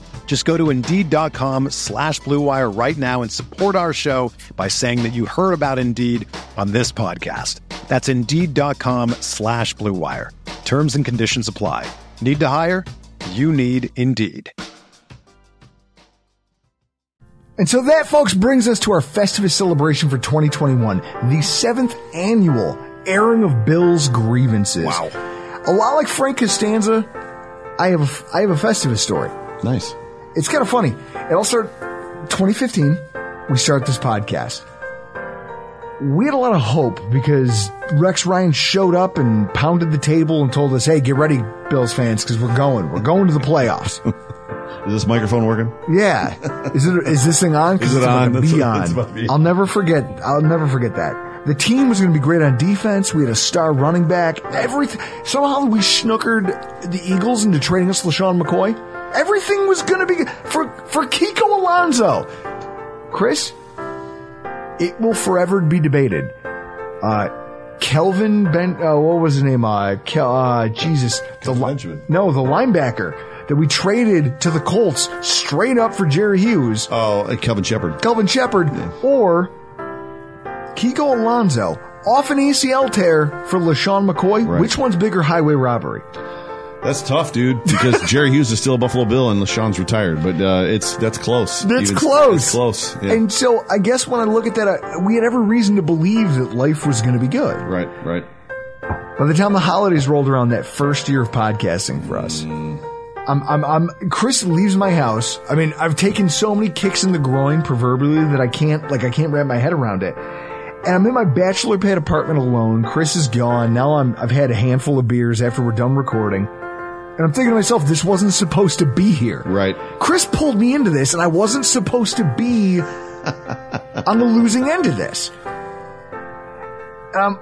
Just go to Indeed.com slash Blue Wire right now and support our show by saying that you heard about Indeed on this podcast. That's Indeed.com slash Blue Wire. Terms and conditions apply. Need to hire? You need Indeed. And so that, folks, brings us to our Festivus celebration for 2021, the seventh annual airing of Bill's grievances. Wow. A lot like Frank Costanza, I have a, I have a Festivus story. Nice. It's kind of funny. It all started 2015. We start this podcast. We had a lot of hope because Rex Ryan showed up and pounded the table and told us, "Hey, get ready, Bills fans, because we're going. We're going to the playoffs." Is this microphone working? Yeah. Is it? Is this thing on? 'Cause Is it it's about on? to That's be what- on. it's about to be. I'll never forget. I'll never forget that. The team was going to be great on defense. We had a star running back. Everything. Somehow we snookered the Eagles into trading us LaShawn McCoy. Everything was going to be for for Kiko Alonso. Chris, it will forever be debated. Uh, Kelvin Ben, uh, what was his name? Uh, Kel, uh, Jesus, the li- Benjamin. no, the linebacker that we traded to the Colts straight up for Jerry Hughes, Oh, uh, Kelvin Shepard. Kelvin Shepard, or Kiko Alonso off an ACL tear for LaShawn McCoy. Right. Which one's bigger highway robbery? That's tough, dude. Because Jerry Hughes is still a Buffalo Bill, and LaShawn's retired. But uh, it's that's close. That's Even- close. It's close. Yeah. And so I guess when I look at that, I, we had every reason to believe that life was going to be good. right, right. By the time the holidays rolled around, that first year of podcasting for us, I'm, I'm, I'm, Chris leaves my house. I mean, I've taken so many kicks in the groin proverbially that I can't, like, I can't wrap my head around it. And I'm in my bachelor pad apartment alone. Chris is gone. Now I'm, I've had a handful of beers after we're done recording. And I'm thinking to myself, this wasn't supposed to be here. Right. Chris pulled me into this and I wasn't supposed to be on the losing end of this. And I'm,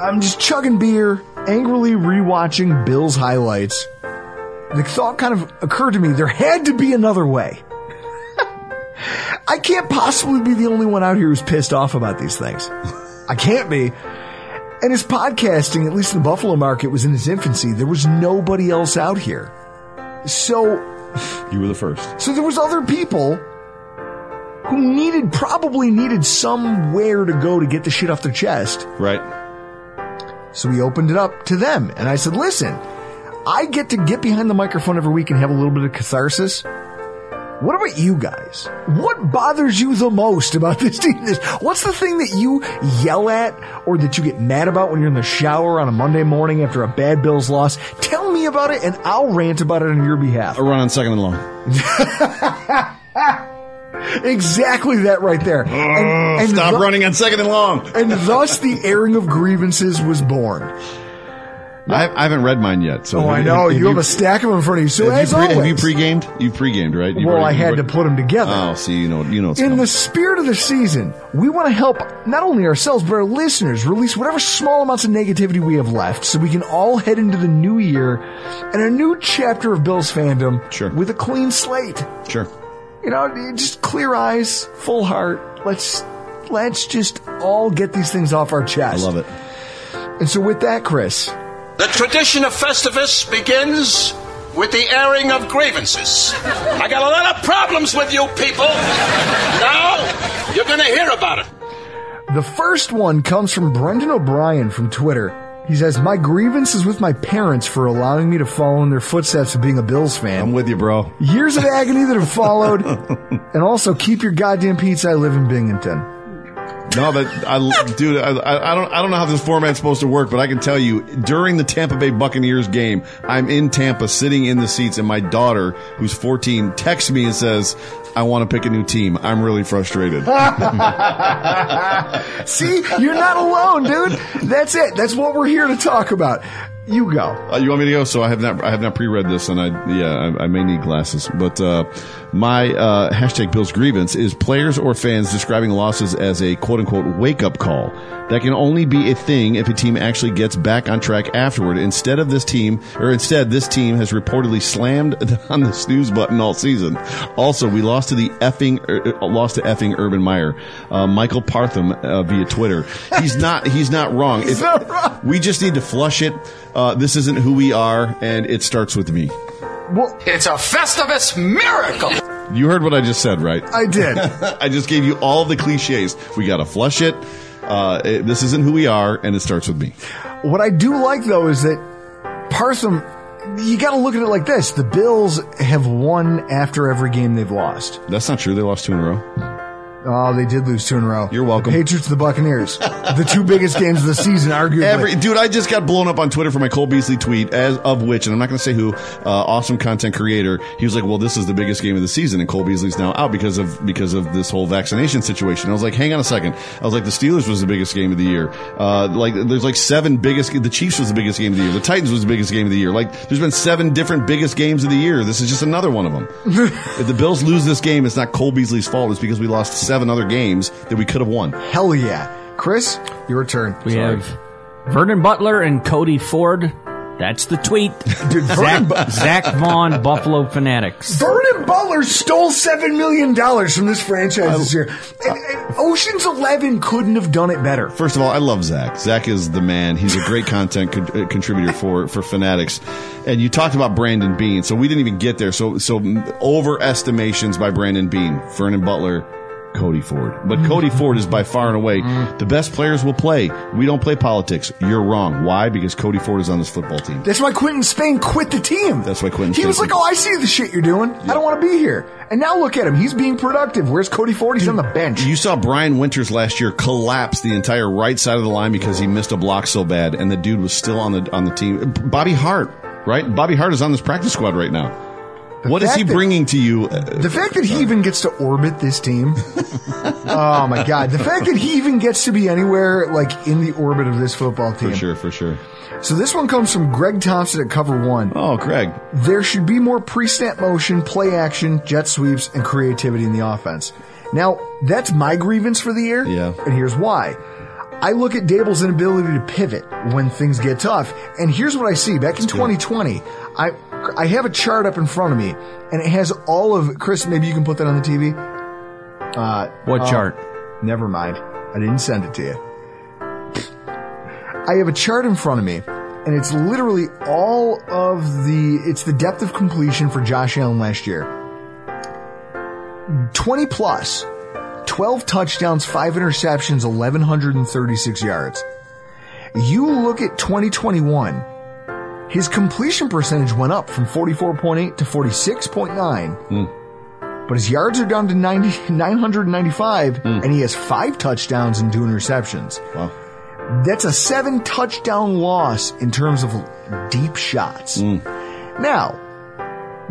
I'm just chugging beer, angrily rewatching Bill's highlights. The thought kind of occurred to me there had to be another way. I can't possibly be the only one out here who's pissed off about these things. I can't be. And his podcasting, at least in the Buffalo market, was in its infancy. There was nobody else out here. So You were the first. so there was other people who needed probably needed somewhere to go to get the shit off their chest. Right. So we opened it up to them and I said, "Listen, I get to get behind the microphone every week and have a little bit of catharsis. What about you guys? What bothers you the most about this team? This what's the thing that you yell at or that you get mad about when you're in the shower on a Monday morning after a bad Bills loss? Tell me about it and I'll rant about it on your behalf. A run on second and long. Exactly that right there. And, and Oh, Stop the- running on second and long. And thus the airing of grievances was born. I, I haven't read mine yet. So Oh, I have- know. have You have a stack of them in front of you. So Have as you, pre- have you always, pre-gamed? You pre-gamed, right? You well, already- I you had to already- put them together. Oh, see, you know, you know. It's In coming. the spirit of the season, we want to help not only ourselves, but our listeners release whatever small amounts of negativity we have left so we can all head into the new year and a new chapter of Bills fandom Sure. with a clean slate. sure. You know, just clear eyes, full heart. Let's, let's just all get these things off our I chest. love it. And so with that, Chris, The tradition of Festivus begins with the airing of grievances. I got a lot of problems with you people. Now, you're going to hear about it. The first one comes from Brendan O'Brien from Twitter. He says, My grievance is with my parents for allowing me to follow in their footsteps of being a Bills I'm fan. with you, bro. Years of agony that have followed. and also, keep your goddamn pizza. I live in Binghamton. No, but I, dude, I, I don't, I don't know how this format's supposed to work, but I can tell you, during the Tampa Bay Buccaneers game, I'm in Tampa, sitting in the seats, and my daughter, who's 14, texts me and says, "I want to pick a new team. I'm really frustrated." See, you're not alone, dude. That's it. That's what we're here to talk about. You go. Uh, you want me to go? So I have not, I have not pre-read this, and I, yeah, I, I may need glasses. But uh, my uh, hashtag Bill's grievance is players or fans describing losses as a quote unquote wake up call. That can only be a thing if a team actually gets back on track afterward. Instead of this team, or instead this team has reportedly slammed on the snooze button all season. Also, we lost to the effing, er, er, lost to effing Urban Meyer, uh, Michael Partham uh, via Twitter. He's not, he's not wrong. If- not wrong. we just need to flush it. Uh, this isn't who we are, and it starts with me. Well, It's a Festivus miracle. You heard what I just said, right? I did. I just gave you all the cliches. We got to flush it. Uh, it- This isn't who we are, and it starts with me. What I do like though is that Partham, you got to look at it like this: the Bills have won after every game they've lost. That's not true. They lost two in a row. Oh, they did lose two in a row. You're welcome. The Patriots, the Buccaneers, the two biggest games of the season, arguably. Every dude, I just got blown up on Twitter for my Cole Beasley tweet, as of which, and I'm not going to say who, uh, awesome content creator. He was like, "Well, this is the biggest game of the season, and Cole Beasley's now out because of because of this whole vaccination situation." I was like, "Hang on a second. I was like, "The Steelers was the biggest game of the year. Uh, like, there's like seven biggest. The Chiefs was the biggest game of the year. The Titans was the biggest game of the year. Like, there's been seven different biggest games of the year. This is just another one of them. if the Bills lose this game, it's not Cole Beasley's fault. It's because we lost seven other games that we could have won. Hell yeah. Chris, your turn. We have Vernon Butler and Cody Ford. That's the tweet. Dude, Vernon, Bu- Zach, Zach Vaughn, Buffalo Fanatics. Vernon Butler stole $7 million from this franchise Oh. this year. And, and Ocean's 11 couldn't have done it better. First of all, I love Zach. Zach is the man. He's a great content con- uh, contributor for for Fanatics. And you talked about Brandon Bean, so we didn't even get there. So so overestimations by Brandon Bean, Vernon Butler, Cody Ford. But Cody Ford is by far and away the best players will play. We don't play politics. You're wrong. Why? Because Cody Ford is on this football team. That's why Quentin Spain quit the team. That's why Quentin He was Spain- like, oh, I see the shit you're doing. I don't want to be here. And now look at him. He's being productive. Where's Cody Ford? He's on the bench. You saw Brian Winters last year collapse the entire right side of the line because he missed a block so bad, and the dude was still on the on the team. Bobby Hart, right? Bobby Hart is on this practice squad right now. what is fact he that- bringing to you? Uh, The fact that he even gets to orbit this team. oh my god. The fact that he even gets to be anywhere like in the orbit of this football team. For sure, for sure. So this one comes from Greg Thompson at cover 1. Oh, Craig, There should be more pre-snap motion, play action, jet sweeps and creativity in the offense. Now, that's my grievance for the year. Yeah. And here's why. I look at Dable's inability to pivot when things get tough, and here's what I see. Back in 2020, I I have a chart up in front of me, and it has all of Chris. Maybe you can put that on the TV. Uh, What chart? Never mind. I didn't send it to you. I have a chart in front of me, and it's literally all of the it's the depth of completion for Josh Allen last year. 20 plus, 12 touchdowns, 5 interceptions, 1136 yards. You look at 2021, his completion percentage went up from 44.8 to 46.9 but his yards are down to 90, 995, and he has five touchdowns and two interceptions. Hmm. Wow. That's a seven touchdown loss in terms of deep shots. Hmm. Now,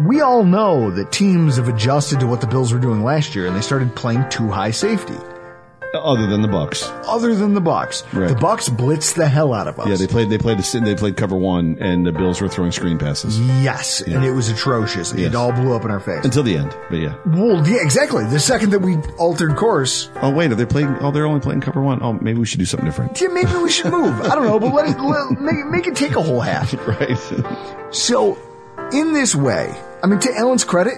we all know that teams have adjusted to what the Bills were doing last year, and they started playing too high safety. other than the Bucks, Other than the Bucks, Right. the Bucks blitzed the hell out of us. yeah, they played. They played. A, they played cover one, and the Bills were throwing screen passes yes, and it was atrocious. Yes. It all blew up in our face. until the end. But yeah. well, yeah, exactly. The second that we altered course, Oh wait, are they playing? Oh, they're only playing cover one. Oh, maybe we should do something different. yeah, maybe we should move. I don't know, but let it let, make, make it take a whole half. Right. So, in this way, I mean, to Allen's credit,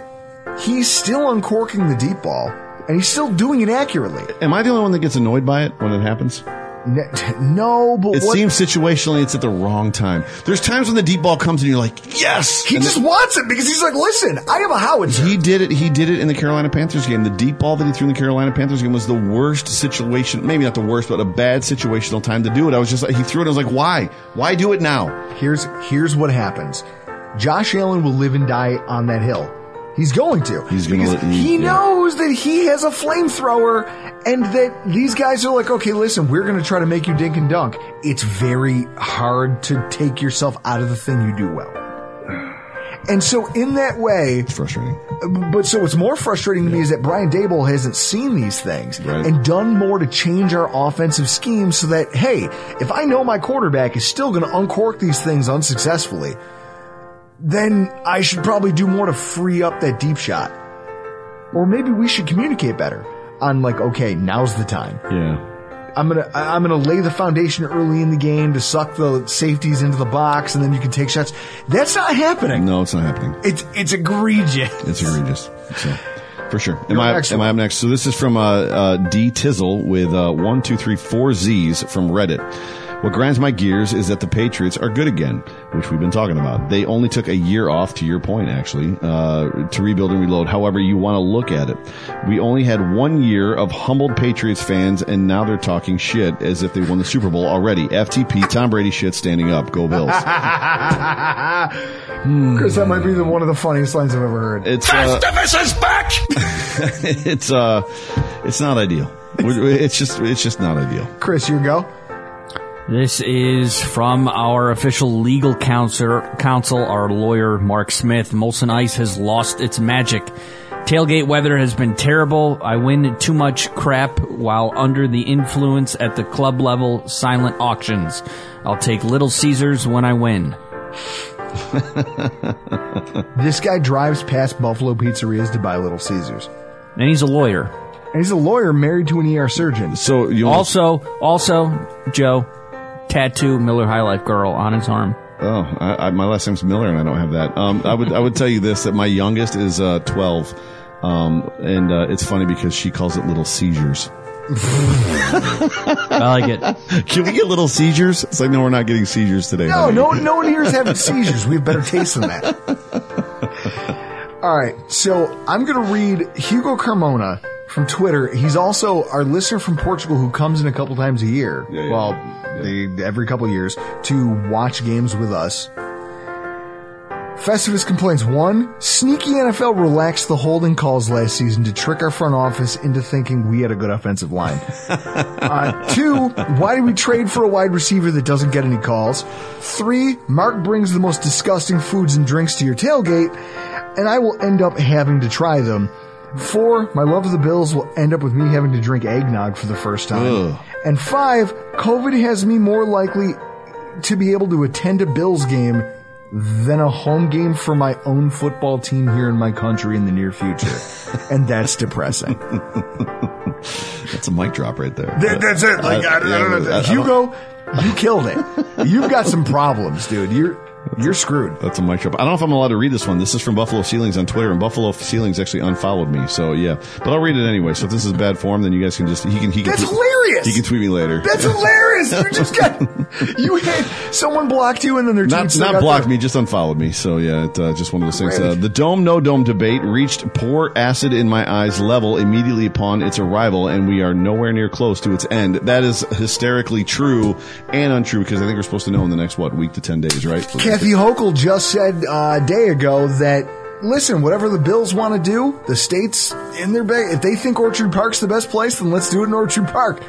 he's still uncorking the deep ball, and he's still doing it accurately. Am I the only one that gets annoyed by it when it happens? N- No, but It what? seems situationally it's at the wrong time. There's times when the deep ball comes and you're like, yes. he And just wants it because he's like, listen, I have a howitzer. he did it. He did it in the Carolina Panthers game. The deep ball that he threw in the Carolina Panthers game was the worst situation. Maybe not the worst, but a bad situational time to do it. I was just like, he threw it. I was like, why? Why do it now? Here's here's what happens. Josh Allen will live and die on that hill. He's going to. He's gonna Because let- he- he yeah. knows that he has a flamethrower, and that these guys are like, okay, listen, we're going to try to make you dink and dunk. It's very hard to take yourself out of the thing you do well. And so, in that way, It's frustrating. but so what's more frustrating to me is that Brian Dable hasn't seen these things Right. and done more to change our offensive scheme so that, hey, if I know my quarterback is still going to uncork these things unsuccessfully, then I should probably do more to free up that deep shot. Or maybe we should communicate better on like, okay, now's the time. Yeah. I'm gonna I- I'm gonna lay the foundation early in the game to suck the safeties into the box and then you can take shots. That's not happening. No, it's not happening. It's it's egregious. It's egregious. So, for sure. Am You're I, excellent. am I up next? So this is from uh, uh, D Tizzle with uh, one, two, three, four Z's from Reddit. What grinds my gears is that the Patriots are good again, which we've been talking about. They only took a year off, to your point, actually, uh, to rebuild and reload. However, you want to look at it. We only had one year of humbled Patriots fans, and now they're talking shit as if they won the Super Bowl already. FTP, Tom Brady shit standing up. Go Bills. Chris, that might be the, one of the funniest lines I've ever heard. It's, uh, Festivus is back! it's uh It's not ideal. We're- It's just it's just not ideal. Chris, you go. This is from our official legal counsel, counsel, our lawyer, Mark Smith. Molson Ice has lost its magic. Tailgate weather has been terrible. I win too much crap while under the influence at the club level silent auctions. I'll take Little Caesars when I win. This guy drives past Buffalo pizzerias to buy Little Caesars, And he's a lawyer. and he's a lawyer married to an ER surgeon. So you want- Also, also, Joe, tattoo Miller High Life girl on his arm. Oh, I, I, my last name's Miller, and I don't have that. Um, I would I would tell you this that my youngest is uh, twelve, um, and uh, it's funny because she calls it little seizures. I like it. Can we get little seizures? It's like no, we're not getting seizures today. No, honey. no, no one here is having seizures. We have better taste than that. All right, so I'm going to read Hugo Carmona from Twitter. He's also our listener from Portugal who comes in a couple times a year. Yeah, yeah. well, they- every couple years to watch games with us. Festivus complains one, sneaky NFL relaxed the holding calls last season to trick our front office into thinking we had a good offensive line. Uh, two, why do we trade for a wide receiver that doesn't get any calls? Three, Mark brings the most disgusting foods and drinks to your tailgate, and I will end up having to try them. Four, my love of the Bills will end up with me having to drink eggnog for the first time. Ugh. And five, COVID has me more likely to be able to attend a Bills game than a home game for my own football team here in my country in the near future. and that's depressing. that's a mic drop right there. Uh, That- that's it. Like I, I yeah, don't know. I- I- Hugo, you killed it. You've got some problems, dude. You're you're screwed. That's a mic drop. I don't know if I'm allowed to read this one. This is from Buffalo Ceilings on Twitter, and Buffalo Ceilings actually unfollowed me. So yeah, but I'll read it anyway. So if this is bad form, then you guys can just he can he can That's tweet- hilarious. He can tweet me later. That's hilarious. You just got you had someone blocked you and then their not tweets they not got blocked their- me, just unfollowed me. So yeah, it, uh, just one of those things. Uh, the dome no dome debate reached poor acid in my eyes level immediately upon its arrival, and we are nowhere near close to its end. That is hysterically true and untrue because I think we're supposed to know in the next what week to ten days, right? Kathy Hochul just said uh, a day ago that listen, whatever the Bills want to do, the states in their bag. If they think Orchard Park's the best place, then let's do it in Orchard Park.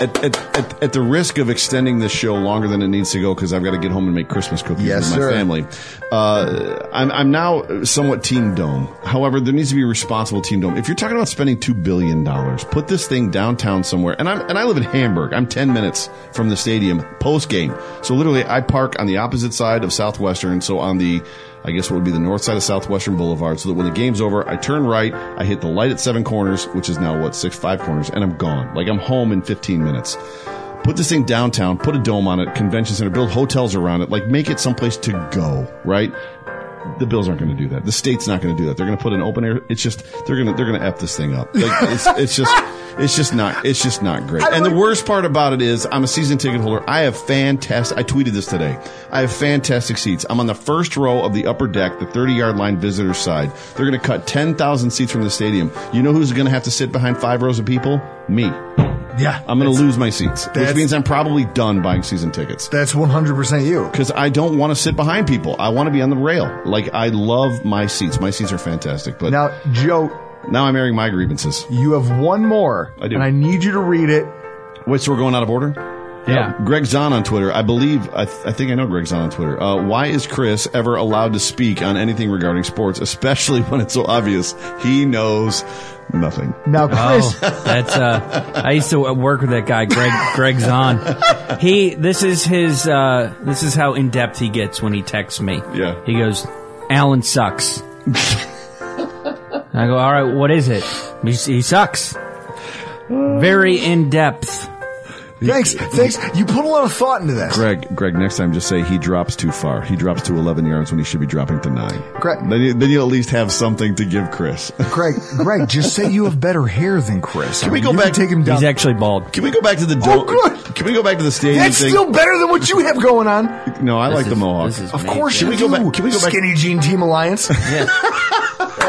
at, at, at, at the risk of extending this show longer than it needs to go because I've got to get home and make Christmas cookies Yes, with my sir. family. Uh, I'm, I'm now somewhat Team Dome. However, there needs to be a responsible Team Dome. If you're talking about spending two billion dollars, put this thing downtown somewhere. And I'm and I live in Hamburg. I'm ten minutes from the stadium post game. So literally, I park on the opposite side of Southwestern. So on the I guess what would be the north side of Southwestern Boulevard, so that when the game's over, I turn right, I hit the light at seven corners, which is now what, six, five corners, and I'm gone. Like I'm home in 15 minutes. Put this thing downtown, put a dome on it, convention center, build hotels around it, like make it someplace to go, right? The Bills aren't going to do that. The state's not going to do that. They're going to put an open air. It's just they're going to they're going to f this thing up. Like, it's, it's just it's just not it's just not great. And the worst part about it is I'm a season ticket holder. I have fantastic. I tweeted this today. I have fantastic seats. I'm on the first row of the upper deck, the 30 yard line visitor side. They're going to cut 10,000 seats from the stadium. You know who's going to have to sit behind five rows of people? Me. Yeah, I'm going to lose my seats, which that's- means I'm probably done buying season tickets That's one hundred percent you. because I don't want to sit behind people. I want to be on the rail. Like I love my seats. My seats are fantastic. But now, Now, Joe, I'm airing my grievances. you have one more, I do. and I need you to read it. Wait, so we're going out of order? Yeah. Greg Zahn on Twitter. I believe. I, th- I think I know Greg Zahn on Twitter. Uh, why is Chris ever allowed to speak on anything regarding sports, especially when it's so obvious he knows nothing? Now, Chris, Oh, that's uh, I used to work with that guy, Greg Greg Zahn. He this is his uh, this is how in depth he gets when he texts me. Yeah. he goes, Alan sucks. And I go, all right, what is it? He, he sucks. Very in depth. thanks, thanks. You put a lot of thought into this. Greg, Greg, next time just say he drops too far. He drops to 11 yards when he should be dropping to nine. Correct. Then, you, then you'll at least have something to give Chris. Greg, Greg, just say you have better hair than Chris. Can we go back- Take him down. He's actually bald. Can we go back to the Oh, dome? good. Can we go back to the stadium That's thing? still better than what you have going on. No, I like the is- mohawk. this is Of Amazing. course, Can you we go do. back- can we go back- Skinny Jean Team Alliance. Yeah.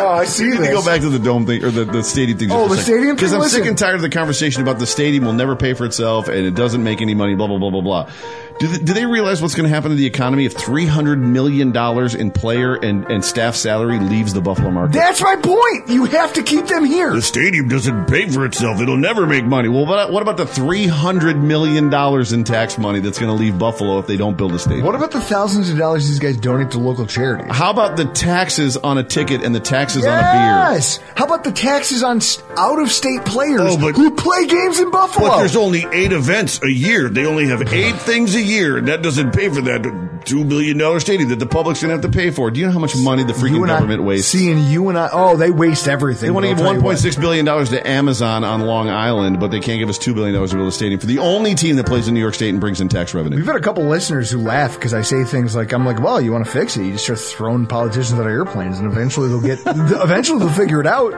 Oh, I see We need to this. go back to the dome thing or the, the stadium thing. Oh, the stadium thing? Because I'm sick Listen. and tired of the conversation about the stadium will never pay for itself and it doesn't make any money. Blah blah blah blah blah. Do they, do they realize what's going to happen to the economy if three hundred million dollars in player and, and staff salary leaves the Buffalo market? That's my point. You have to keep them here. the stadium doesn't pay for itself. It'll never make money. Well, what, what about the three hundred million dollars in tax money that's going to leave Buffalo if they don't build a stadium? What about the thousands of dollars these guys donate to local charities? How about the taxes on a ticket and the taxes on a beer? Yes. How about the taxes on out of state players Oh, but- who play games in Buffalo? But there's only eight events a year. They only have eight things a year, and that doesn't pay for that two billion dollar stadium that the public's gonna have to pay for. Do you know how much money the freaking government I, wastes? Seeing you and I. Oh, they waste everything. they want to but give I'll tell you one point what. six billion dollars to Amazon on Long Island, but they can't give us two billion dollars to build a stadium for the only team that plays in New York State and brings in tax revenue. We've had a couple listeners who laugh because I say things like, "I'm like, well, you want to fix it? You just start throwing politicians out of airplanes, and eventually they'll get, eventually they'll figure it out."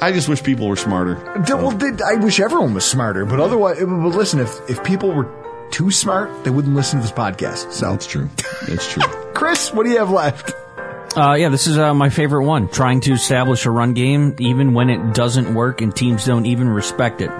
I just wish people were smarter. D- Well, did- I wish everyone was smarter, but otherwise, but listen, if if people were too smart, they wouldn't listen to this podcast. So, That's true. That's true. Chris, what do you have left? Uh, yeah, this is uh, my favorite one. Trying to establish a run game even when it doesn't work and teams don't even respect it.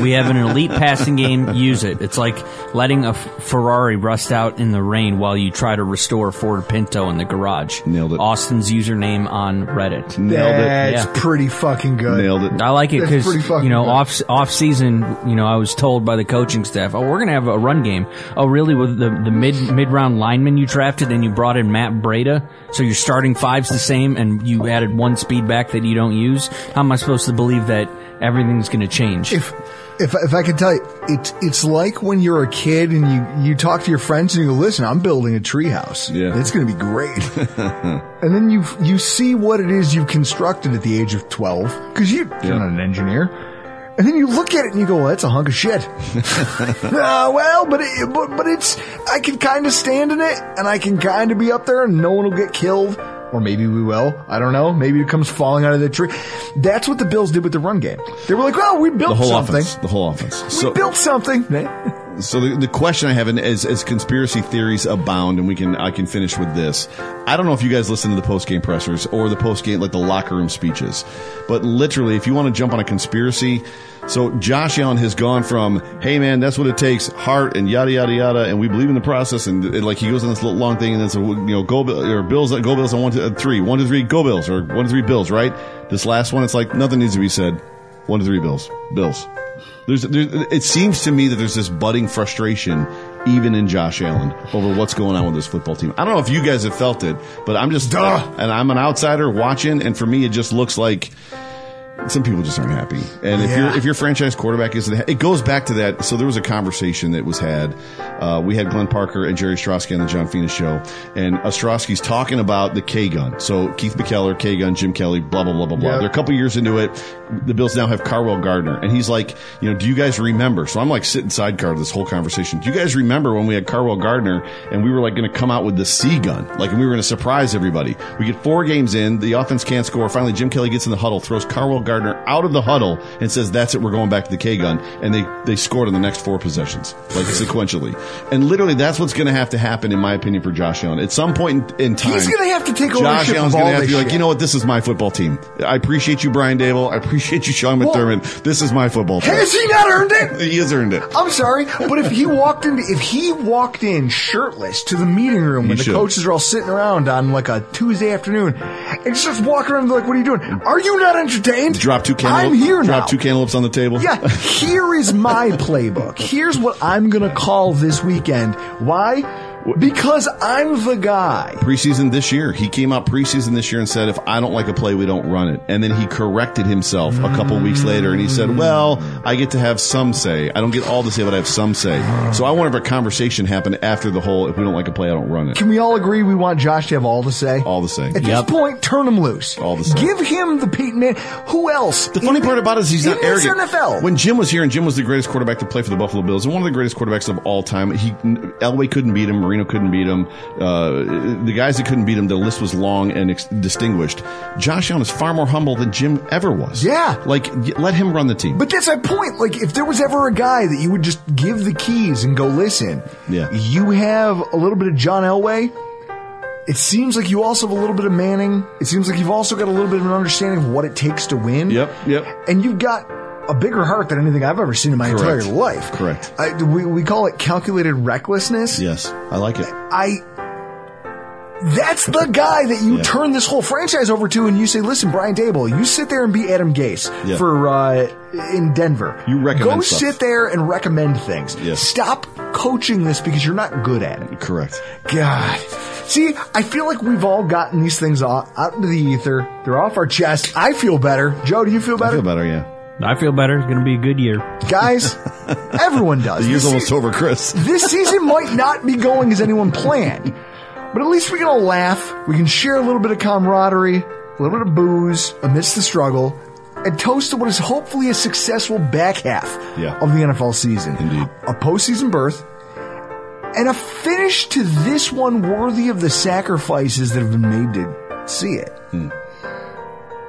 We have an elite passing game. Use it. It's like letting a F- Ferrari rust out in the rain while you try to restore a Ford Pinto in the garage. Nailed it. Austin's username on Reddit. Nailed it. That's Yeah. pretty fucking good. Nailed it. I like it That's because pretty fucking you know good. off off season. You know, I was told by the coaching staff, "Oh, we're gonna have a run game." Oh, really? With the, the mid mid round lineman you drafted and you brought in Matt Breda, so your starting five's the same, and you added one speed back that you don't use. How am I supposed to believe that everything's gonna change? If if if I could tell you, it's it's like when you're a kid and you you talk to your friends and you go, listen, I'm building a treehouse. Yeah. it's going to be great. and then you you see what it is you've constructed at the age of twelve because you, you're not an engineer. And then you look at it and you go, well, "That's a hunk of shit." uh, well, but it, but but it's I can kind of stand in it, and I can kind of be up there, and no one will get killed, or maybe we will. I don't know. Maybe it comes falling out of the tree. That's what the Bills did with the run game. They were like, "Well, we built The whole something. offense. The whole offense. we built something." So the, the question I have in- is, as conspiracy theories abound, and we can I can finish with this. I don't know if you guys listen to the post game pressers or the post game like the locker room speeches, but literally, if you want to jump on a conspiracy, so Josh Allen has gone from "Hey man, that's what it takes," heart and yada yada yada, and we believe in the process, and, and, like he goes on this little long thing, and then so you know go Bill- or Bills go Bills on one two uh, three one two three go Bills or one two three Bills right. This last one, it's like nothing needs to be said. One to three Bills, Bills. There's, there's, it seems to me that there's this budding frustration, even in Josh Allen, over what's going on with this football team. I don't know if you guys have felt it, but I'm just, and I'm an outsider watching, and for me, it just looks like some people just aren't happy. And if your if your franchise quarterback isn't, it goes back to that. So there was a conversation that was had. Uh, we had Glenn Parker and Jerry Ostrowski on the John Fina show, and Ostrowski's talking about the K gun. So Keith McKellar, K gun, Jim Kelly, blah blah blah blah blah. Yeah. They're a couple years into it. The Bills now have Carwell Gardner, and he's like, you know, do you guys remember? So I'm like sitting sidecar to this whole conversation. Do you guys remember when we had Carwell Gardner and we were like going to come out with the C gun, like and we were going to surprise everybody? We get four games in, the offense can't score. Finally, Jim Kelly gets in the huddle, throws Carwell Gardner out of the huddle, and says, "That's it, we're going back to the K gun." And they they scored on the next four possessions, like sequentially. And literally, that's what's going to have to happen, in my opinion, for Josh Allen at some point in, in time. He's gonna have to take Josh ownership Allen's of all gonna have to this be like, shit. you know what? This is my football team. I appreciate you, Brian Dable. I appreciate you, Sean McDermott. this is my football team. Has he not earned it? He has earned it. I'm sorry, but if he walked in, if he walked in shirtless to the meeting room when He the should. coaches are all sitting around on like a Tuesday afternoon, and just starts walking around like, "What are you doing? Are you not entertained? Drop two I'm cantaloupes. here drop now. two cantaloupes on the table. yeah, here is my playbook. Here's what I'm gonna call this weekend. Why? Because I'm the guy. preseason this year. He came out preseason this year and said, if I don't like a play, we don't run it. And then he corrected himself a couple weeks later and he Mm. said, well, I get to have some say. I don't get all the say, but I have some say. So I want to have a conversation happen after the whole, if we don't like a play, I don't run it. Can we all agree we want Josh to have all the say? All the say. At this point, turn him loose. All the say. Give him the Peyton Man. Who else? The funny part about it is he's not in this arrogant. NFL. When Jim was here, and Jim was the greatest quarterback to play for the Buffalo Bills, and one of the greatest quarterbacks of all time, he Elway couldn't beat him, Marino couldn't beat him, uh, the guys that couldn't beat him. The list was long and ex- distinguished. Josh Allen is far more humble than Jim ever was. Yeah. like y- let him run the team. But that's my point. Like, if there was ever a guy that you would just give the keys and go, listen, Yeah. you have a little bit of John Elway. It seems like you also have a little bit of Manning. It seems like you've also got a little bit of an understanding of what it takes to win. Yep, yep. And you've got a bigger heart than anything I've ever seen in my Correct. entire life. Correct. I, we, we call it calculated recklessness. Yes, I like it. I. That's the guy that you Yeah. turn this whole franchise over to, and you say, "Listen, Brian Dable, you sit there and be Adam Gase Yeah. for uh, in Denver. You recommend Go stuff. sit there and recommend things. Yes. Stop coaching this because you're not good at it. Correct. God, see, I feel like we've all gotten these things off, out into the ether. They're off our chest. I feel better. Joe, do you feel I better? feel better. Yeah, I feel better. It's going to be a good year. Guys, everyone does. the year's This almost se- over, Chris. this season might not be going as anyone planned, but at least we can all laugh. We can share a little bit of camaraderie, a little bit of booze amidst the struggle, and toast to what is hopefully a successful back half Yeah. of the NFL season. Indeed. A postseason berth. And a finish to this one worthy of the sacrifices that have been made to see it. Hmm.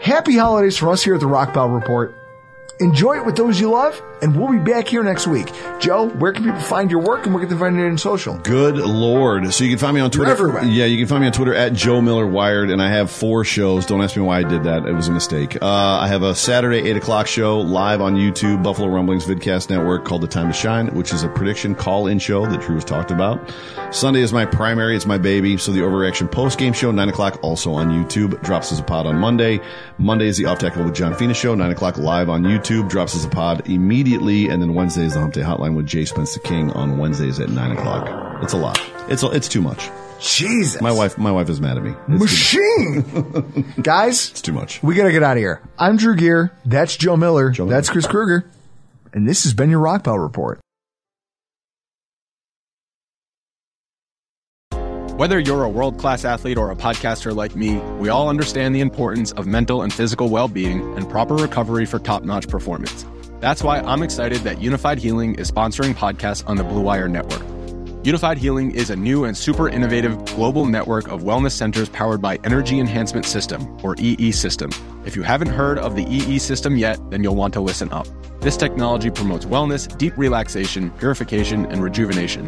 Happy holidays from us here at the Rock Bell Report. Enjoy it with those you love, and we'll be back here next week. Joe, where can people find your work and where can they find it in social? Good lord! So you can find me on Twitter. everywhere. Yeah, you can find me on Twitter at Joe Miller Wired, and I have four shows. Don't ask me why I did that; it was a mistake. Uh, I have a Saturday eight o'clock show live on YouTube, Buffalo Rumblings Vidcast Network, called "The Time to Shine," which is a prediction call-in show that Drew has talked about. Sunday is my primary; it's my baby. So the Overreaction post game show nine o'clock, also on YouTube, drops as a pod on Monday. Monday is the Off Tackle with John Fina show nine o'clock live on YouTube, drops as a pod immediately, and then Wednesday is the Hump Day Hotline with Jay Spencer King on Wednesdays at nine o'clock. It's a lot. It's a, it's too much. Jesus. My wife, my wife is mad at me. It's Machine! Guys, too much. we gotta get out of here. I'm Drew Gear. That's Joe Miller. Joe that's Chris Kruger. And this has been your Rock Bell Report. Whether you're a world class athlete or a podcaster like me, we all understand the importance of mental and physical well being and proper recovery for top notch performance. That's why I'm excited that Unified Healing is sponsoring podcasts on the Blue Wire Network. Unified Healing is a new and super innovative global network of wellness centers powered by Energy Enhancement System, or EE System. If you haven't heard of the EE System yet, then you'll want to listen up. This technology promotes wellness, deep relaxation, purification, and rejuvenation.